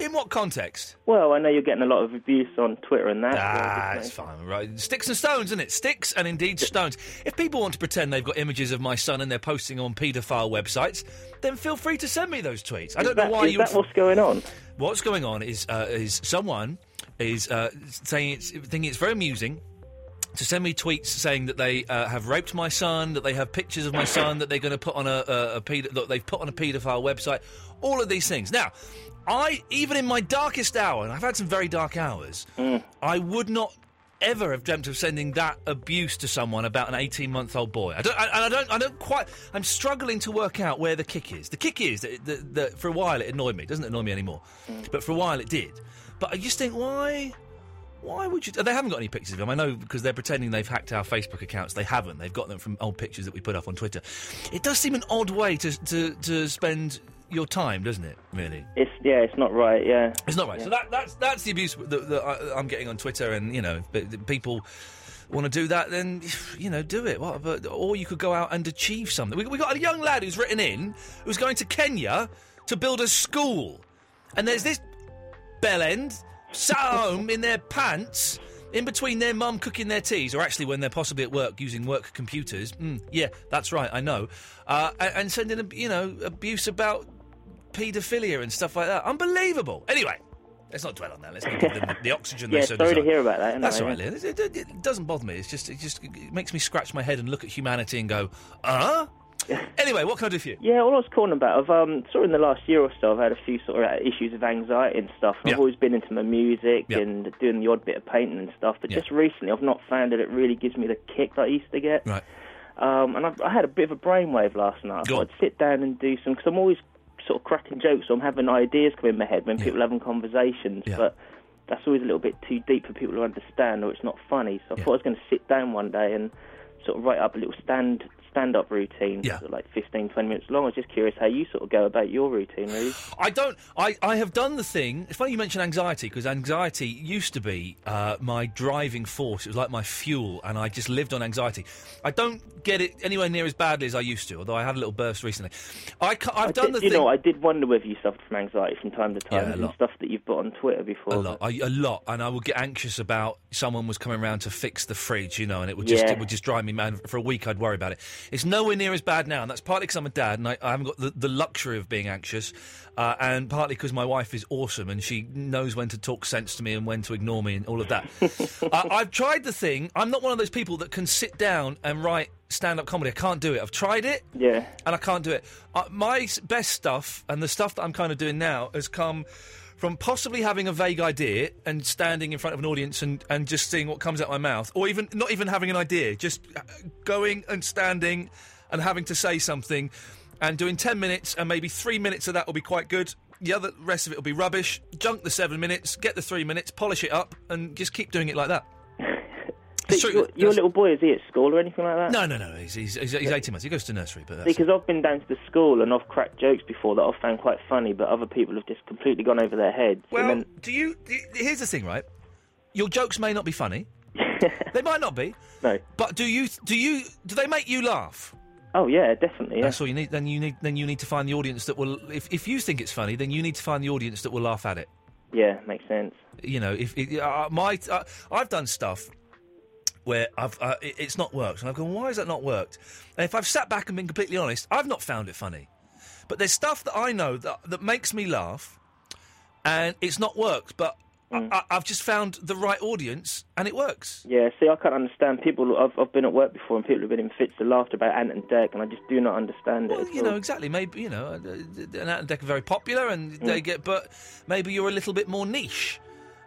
S3: In what context?
S20: Well, I know you're getting a lot of abuse on Twitter and that.
S3: Ah, it's fine, right? Sticks and stones, isn't it? Sticks and indeed stones. If people want to pretend they've got images of my son and they're posting on paedophile websites, then feel free to send me those tweets. I
S20: Is
S3: don't
S20: that-
S3: know why
S20: is
S3: you.
S20: that what's going on?
S3: What's going on is uh, is someone is uh, saying it's thinking it's very amusing. To send me tweets saying that they uh, have raped my son, that they have pictures of my son, that they're going to put on a, a, a paed- that they've put on a paedophile website, all of these things. Now, I even in my darkest hour, and I've had some very dark hours, I would not ever have dreamt of sending that abuse to someone about an 18 month old boy. I don't, I, and I don't, I don't quite, I'm struggling to work out where the kick is. The kick is that, that, that for a while it annoyed me. It doesn't annoy me anymore. But for a while it did. But I just think, why? Why would you? They haven't got any pictures of him. I know because they're pretending they've hacked our Facebook accounts. They haven't. They've got them from old pictures that we put up on Twitter. It does seem an odd way to to, to spend your time, doesn't it? Really,
S20: It's yeah, it's not right. Yeah,
S3: it's not right.
S20: Yeah.
S3: So that that's that's the abuse that, that I, I'm getting on Twitter, and you know, if the- the people want to do that, then you know, do it. What, but or you could go out and achieve something. We, we got a young lad who's written in who's going to Kenya to build a school, and there's this bellend sat at home in their pants in between their mum cooking their teas or actually when they're possibly at work using work computers mm, yeah that's right i know uh, and, and sending ab- you know abuse about paedophilia and stuff like that unbelievable anyway let's not dwell on that let's not give them the, the oxygen
S20: Yeah,
S3: they so
S20: sorry to
S3: deserve.
S20: hear about that, isn't
S3: that's
S20: I?
S3: all right Lynn. It, it- it doesn't bother me it's just it just it makes me scratch my head and look at humanity and go uh anyway what can i do for you
S20: Yeah, all I was calling about, I've um, sort of in the last year or so, I've had a few sort of uh, issues of anxiety and stuff. I've always been into my music and doing the odd bit of painting and stuff, but just recently I've not found that it really gives me the kick that I used to get.
S3: Right.
S20: Um, and I've, I had a bit of a brainwave last night. I
S3: Go
S20: thought I'd sit down and do some, because I'm always sort of cracking jokes, so I'm having ideas come in my head when people are having conversations, but that's always a little bit too deep for people to understand or it's not funny. So I thought I was going to sit down one day and sort of write up a little stand stand up routine, sort of like 15, 20 minutes long. I was just curious how you sort of go about your routine, really.
S3: I don't. I, I have done the thing. It's funny you mention anxiety because anxiety used to be uh, my driving force. It was like my fuel, and I just lived on anxiety. I don't get it anywhere near as badly as I used to, although I had a little burst recently. I, ca- I've done
S20: did,
S3: the
S20: you
S3: thing.
S20: know, I did wonder whether you suffered from anxiety from time to time
S3: Yeah, a
S20: and
S3: lot.
S20: stuff that you've put on Twitter before.
S3: a lot, I, a lot, and I would get anxious about someone was coming round to fix the fridge, you know, and it would just
S20: Yeah.
S3: it would just drive me mad. For a week, I'd worry about it. It's nowhere near as bad now, and that's partly because I'm a dad, and I, I haven't got the, the luxury of being anxious, uh, and partly because my wife is awesome and she knows when to talk sense to me and when to ignore me and all of that. uh, I've tried the thing. I'm not one of those people that can sit down and write stand-up comedy. I can't do it. I've tried it
S20: Yeah.
S3: and I can't do it. Uh, my s- best stuff and the stuff that I'm kind of doing now has come from possibly having a vague idea and standing in front of an audience and, and just seeing what comes out my mouth, or even not even having an idea, just uh, going and standing and having to say something and doing 10 minutes, and maybe three minutes of that will be quite good. The other rest of it will be rubbish. Junk the seven minutes, get the three minutes, polish it up, and just keep doing it like that.
S20: So your, your little boy, is he at school or anything like that?
S3: No, no, no. He's, he's, he's, he's 18 months. He goes to nursery, but that's
S20: Because I've been down to the school and I've cracked jokes before that I've found quite funny, but other people have just completely gone over their heads.
S3: Well,
S20: and then
S3: do you? y- Here's the thing, right? Your jokes may not be funny. they might not be.
S20: No.
S3: But do you? Do you? Do they make you laugh?
S20: Oh yeah, definitely. Yeah.
S3: That's all you need. Then you need. Then you need to find the audience that will. If if you think it's funny, then you need to find the audience that will laugh at it.
S20: Yeah, makes sense.
S3: You know, if it, uh, my uh, I've done stuff where I've uh, it- it's not worked, and I've gone, why has that not worked? And if I've sat back and been completely honest, I've not found it funny. But there's stuff that I know that that makes me laugh, and it's not worked. But I, I, I've just found the right audience, and it works.
S20: Yeah, see, I can't understand people. I've, I've been at work before and people have been in fits of laughter about Ant and Deck, and I just do not understand it. at
S3: You
S20: all.
S3: know exactly. Maybe you know, uh, uh, an out and deck are very popular, and they get. But maybe you're a little bit more niche,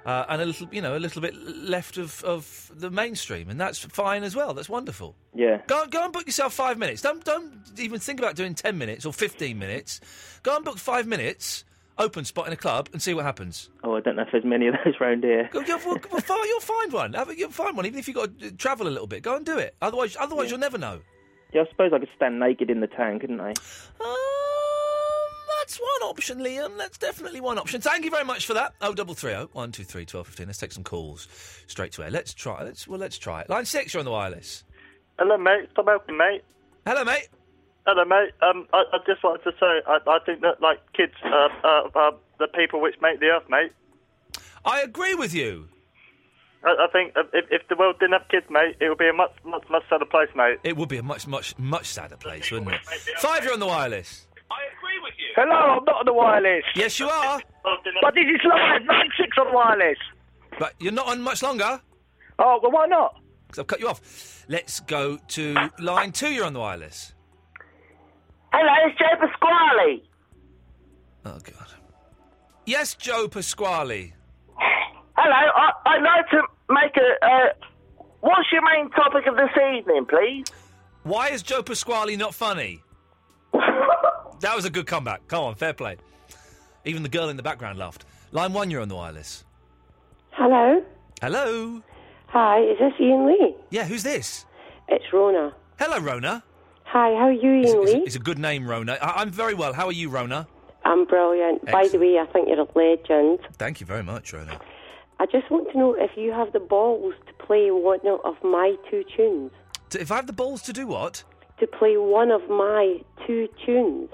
S3: uh, and a little, you know, a little bit left of, of the mainstream, and that's fine as well. That's wonderful.
S20: Yeah.
S3: Go, go and book yourself five minutes. Don't don't even think about doing ten minutes or fifteen minutes. Go and book five minutes, open spot in a club, and see what happens.
S20: Oh, I don't know if there's many of those round here.
S3: Go, you'll, well, well, fi- you'll find one. Have, a- you'll find one, even if you've got to travel a little bit. Go and do it. Otherwise, otherwise you'll never know.
S20: Yeah, I suppose I could stand naked in the town, couldn't I?
S3: That's one option, Liam. That's definitely one option. Thank you very much for that. Oh, double three oh one two three twelve fifteen. Let's take some calls straight to air. Let's try. Let's well, let's try it. Line six, you're on the wireless.
S21: Hello, mate. Stop helping, mate.
S3: Hello, mate.
S21: Hello, mate. Um, I, I just wanted to say, I, I think that like kids are, are, are the people which make the earth, mate.
S3: I agree with you.
S21: I, I think uh, if, if the world didn't have kids, mate, it would be a much, much, much better place, mate.
S3: It would be a much, much, much sadder place, wouldn't it? Five, you're on the wireless.
S14: Hello, I'm not on the wireless.
S3: Yes, you are.
S14: But this is live, 9 6 on wireless.
S3: But you're not on much longer.
S14: Oh, well, why not?
S3: Because I've cut you off. Let's go to line two. You're on the wireless.
S12: Hello, it's Joe Pasquale.
S3: Oh God. Yes, Joe Pasquale.
S12: Hello, I, I know to make a. Uh, what's your main topic of this evening, please?
S3: Why is Joe Pasquale not funny? that was a good comeback. Come on, fair play. Even the girl in the background laughed. Line one, you're on the wireless.
S1: Hello.
S3: Hello.
S1: Hi, is this Ian Lee?
S3: Yeah, who's this?
S1: It's Rona.
S3: Hello, Rona.
S1: Hi, how are you, Ian Lee?
S3: It's a good name, Rona. I- I'm very well. How are you, Rona?
S1: I'm brilliant. By the way, I think you're a legend.
S3: Thank you very much, Rona.
S1: I just want to know if you have the balls to play one of my two tunes.
S3: So if I have the balls to do what?
S1: To play one of my two tunes.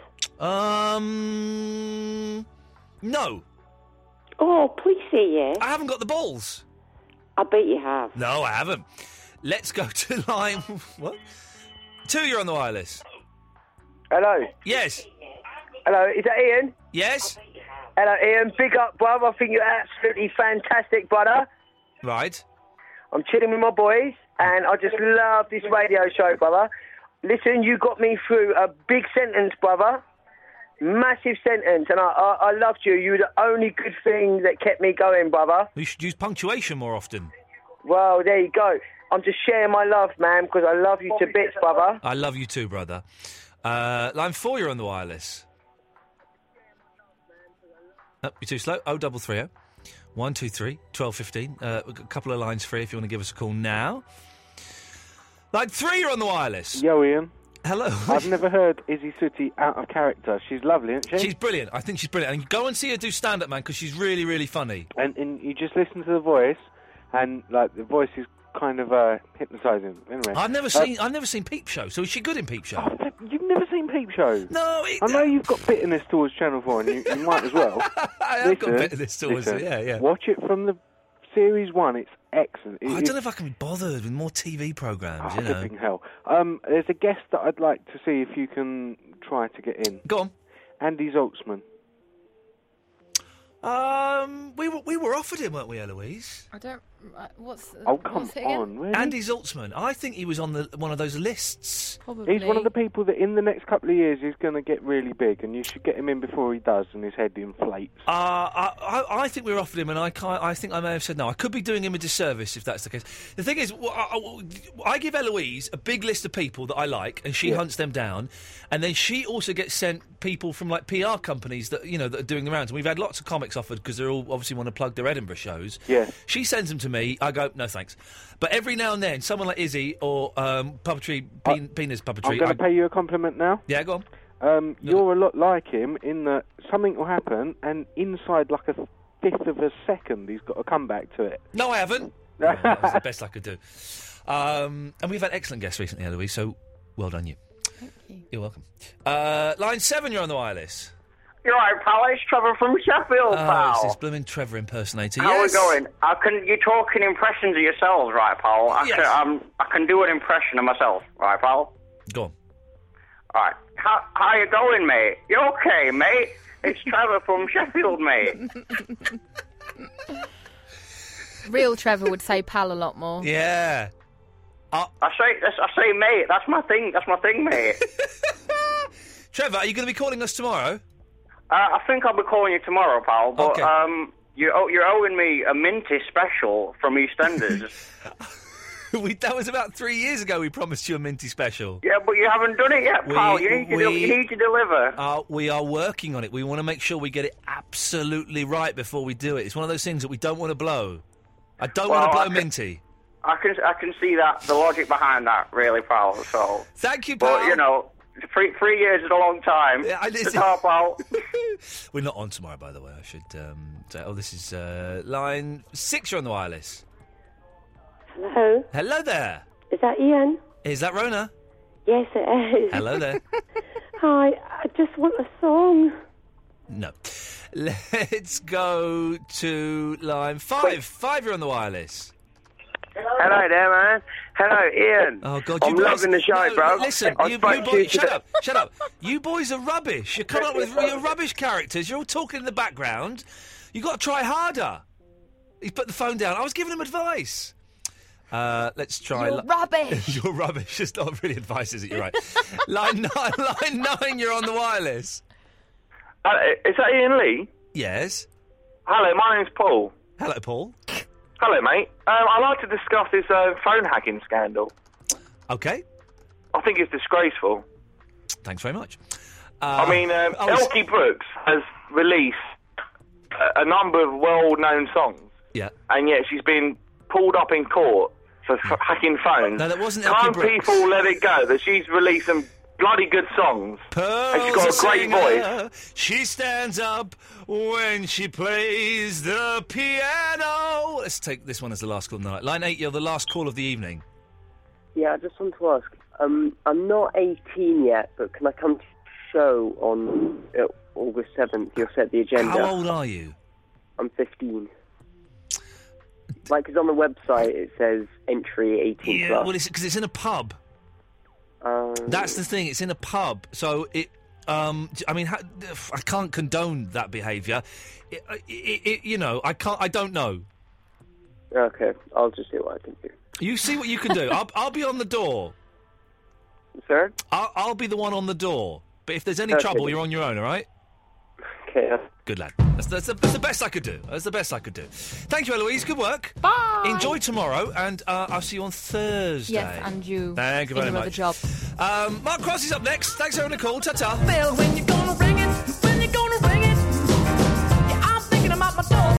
S3: Um. No.
S1: Oh, please say yes.
S3: I haven't got the balls.
S1: I bet you have.
S3: No, I haven't. Let's go to line. What? Two, you're on the wireless.
S14: Hello.
S3: Yes.
S14: Hello, is that Ian?
S3: Yes.
S14: Hello, Ian. Big up, brother. I think you're absolutely fantastic, brother.
S3: Right.
S14: I'm chilling with my boys, and I just love this radio show, brother. Listen, you got me through a big sentence, brother. Massive sentence, and I, I, I loved you. You were the only good thing that kept me going, brother.
S3: We should use punctuation more often.
S14: Well, there you go. I'm just sharing my love, man, because I love you to bits, brother.
S3: I love you too, brother. Uh, line four, you're on the wireless. Nope, you're too slow. Oh, double three oh. One two three twelve fifteen. Uh, a couple of lines free if you want to give us a call now. Line three, you're on the wireless.
S22: Yo, Ian.
S3: Hello.
S22: I've never heard Izzy Sooty out of character. She's lovely, isn't she?
S3: She's brilliant. I think she's brilliant. And go and see her do stand up, man, because she's really, really funny.
S22: and, and you just listen to the voice, and like the voice is kind of uh, hypnotising. Anyway, Uh, Oh,
S3: I've never seen I've never seen Peep Show, so is she good in Peep Show?
S22: You've never seen Peep Show?
S3: No,
S22: I know you've got bitterness towards Channel Four, and you, you might as well.
S3: I have got bitterness towards it, yeah, yeah.
S22: Watch it from the series one. It's excellent. It-
S3: Oh, I
S22: it's-
S3: don't know if I can be bothered with more TV programmes,
S22: Oh,
S3: you know.
S22: flipping hell. Um, there's a guest that I'd like to see if you can try to get in.
S3: Go on.
S22: Andy Zoltzman.
S3: Um, we were, we were offered him, weren't we, Eloise?
S7: I don't. uh, What's
S3: Oh,
S7: come what's it again?
S3: Andy Zoltzman. I think he was on the one of those lists.
S7: Probably.
S22: He's one of the people that in the next couple of years is going to get really big, and you should get him in before he does and his head inflates.
S3: Uh, I, I, I think we were offered him, and I can't, I think I may have said no. I could be doing him a disservice if that's the case. The thing is, wh- I, I- I give Eloise a big list of people that I like, and she
S22: Yeah.
S3: hunts them down, and then she also gets sent people from like PR companies that you know that are doing the rounds. And we've had lots of comics offered because they're all obviously want to plug their Edinburgh shows.
S22: Yeah.
S3: She sends them to me. I go, no thanks. But every now and then, someone like Izzy or um, puppetry, Pen- Penis puppetry.
S22: I'm going
S3: I-
S22: to pay you a compliment now.
S3: yeah, go on.
S22: Um, You're a lot like him in that something will happen, and inside like a fifth of a second, he's got to come back to it.
S3: No, I haven't. No, that was the best I could do. Um, and we've had excellent guests recently, Eloise, so well done you. Thank you. You're welcome. Uh, line seven, you're on the wireless.
S23: You're right, pal. It's Trevor from Sheffield,
S3: Oh,
S23: pal.
S3: it's this blooming Trevor impersonator.
S23: How
S3: yes.
S23: we going? I can. You talking impressions of yourselves, right, pal? I
S3: Yes.
S23: can. Um, I can do an impression of myself, right, pal?
S3: Go on.
S23: All right. How How you going, mate? You okay, mate? It's Trevor from Sheffield, mate.
S7: Real Trevor would say pal a lot more.
S3: Yeah.
S23: I say. that's- I say, mate. That's my thing. That's my thing, mate.
S3: Trevor, are you going to be calling us tomorrow?
S23: Uh, I think I'll be calling you tomorrow, pal. But
S3: Okay.
S23: um, you owe- you're owing me a minty special from EastEnders.
S3: we, that was about three years ago we promised you a Minty special.
S23: yeah, but you haven't done it yet,
S3: We-
S23: pal. you, need to do-
S3: we-
S23: you need to deliver.
S3: Uh, we are working on it. We want to make sure we get it absolutely right before we do it. It's one of those things that we don't want to blow. I don't want to
S23: Well,
S3: blow
S23: I c-
S3: Minty.
S23: I can I can see that the logic behind that really, pal. So
S3: thank you,
S23: But you know, three three years is a long time.
S3: Yeah, I
S23: it's
S3: listen-
S23: hard, pal.
S3: We're not on tomorrow, by the way. I should um, say. Oh, this is uh, line six. You're on the wireless.
S1: Hello,
S3: Hello there.
S1: is that Ian?
S3: Is that Rona?
S1: Yes, it is.
S3: Hello there.
S1: Hi, I just want a song.
S3: no. Let's go to line five. Five. You're on the wireless.
S18: Hello there, man. Hello, Ian.
S3: Oh God,
S18: I'm
S3: you boys-
S18: loving the show,
S3: No,
S18: bro.
S3: Listen,
S18: I
S3: you, you
S18: spoke to
S3: boys, shut
S18: today.
S3: up, shut up. You boys are rubbish. You come up with your rubbish characters. You're all talking in the background. You got to try harder. He put the phone down. I was giving him advice. Uh, let's try.
S7: You're rubbish.
S3: you're rubbish. It's not really advice, is it? You're right. line nine. Line nine. You're on the wireless.
S18: Uh, is that Ian Lee?
S3: Yes.
S18: Hello, my name's Paul.
S3: Hello, Paul.
S18: Hello, mate. Um, I'd like to discuss this uh, phone hacking scandal.
S3: Okay.
S18: I think it's disgraceful.
S3: Thanks very much.
S18: I mean, um,
S3: oh, it's-
S18: Elkie Brooks has released a, a number of well-known songs,
S3: Yeah.
S18: and yet she's been pulled up in court for f- hacking phones.
S3: No, that wasn't
S18: Can't
S3: Elkie Brooks.
S18: people let it go that she's released some bloody good songs? and she's got a great voice.
S3: uh, She stands up when she plays the piano. Let's take this one as the last call of the night. Line 8, you're the last call of the evening.
S11: Yeah, I just want to ask. Um, I'm not 18 yet, but can I come to the show on uh, August 7th? You'll set the agenda.
S3: How old are you?
S11: I'm 15. Like, 'cause on the website it says entry 18
S3: Yeah,
S11: plus.
S3: well, it's because it's in a pub.
S18: Um,
S3: That's the thing. It's in a pub, so it. Um, I mean, ha- I can't condone that behaviour. It, uh, it, it, you know, I can't. I don't know.
S11: Okay, I'll just see what I can do.
S3: You see what you can do. I'll, I'll be on the door.
S11: Sir?
S3: I'll, I'll be the one on the door. But if there's any
S11: Okay.
S3: trouble, you're on your own, all right?
S11: Okay.
S3: Good lad. That's, that's, the, that's the best I could do. That's the best I could do. Thank you, Eloise. Good work. Bye. Enjoy tomorrow, and uh, I'll see you on Thursday.
S7: Yes, and you.
S3: Thank you
S7: in
S3: very
S7: your other
S3: much.
S7: job.
S3: Um, Mark Cross is up next. Thanks for having a call. Ta ta.
S7: Bill, when you gonna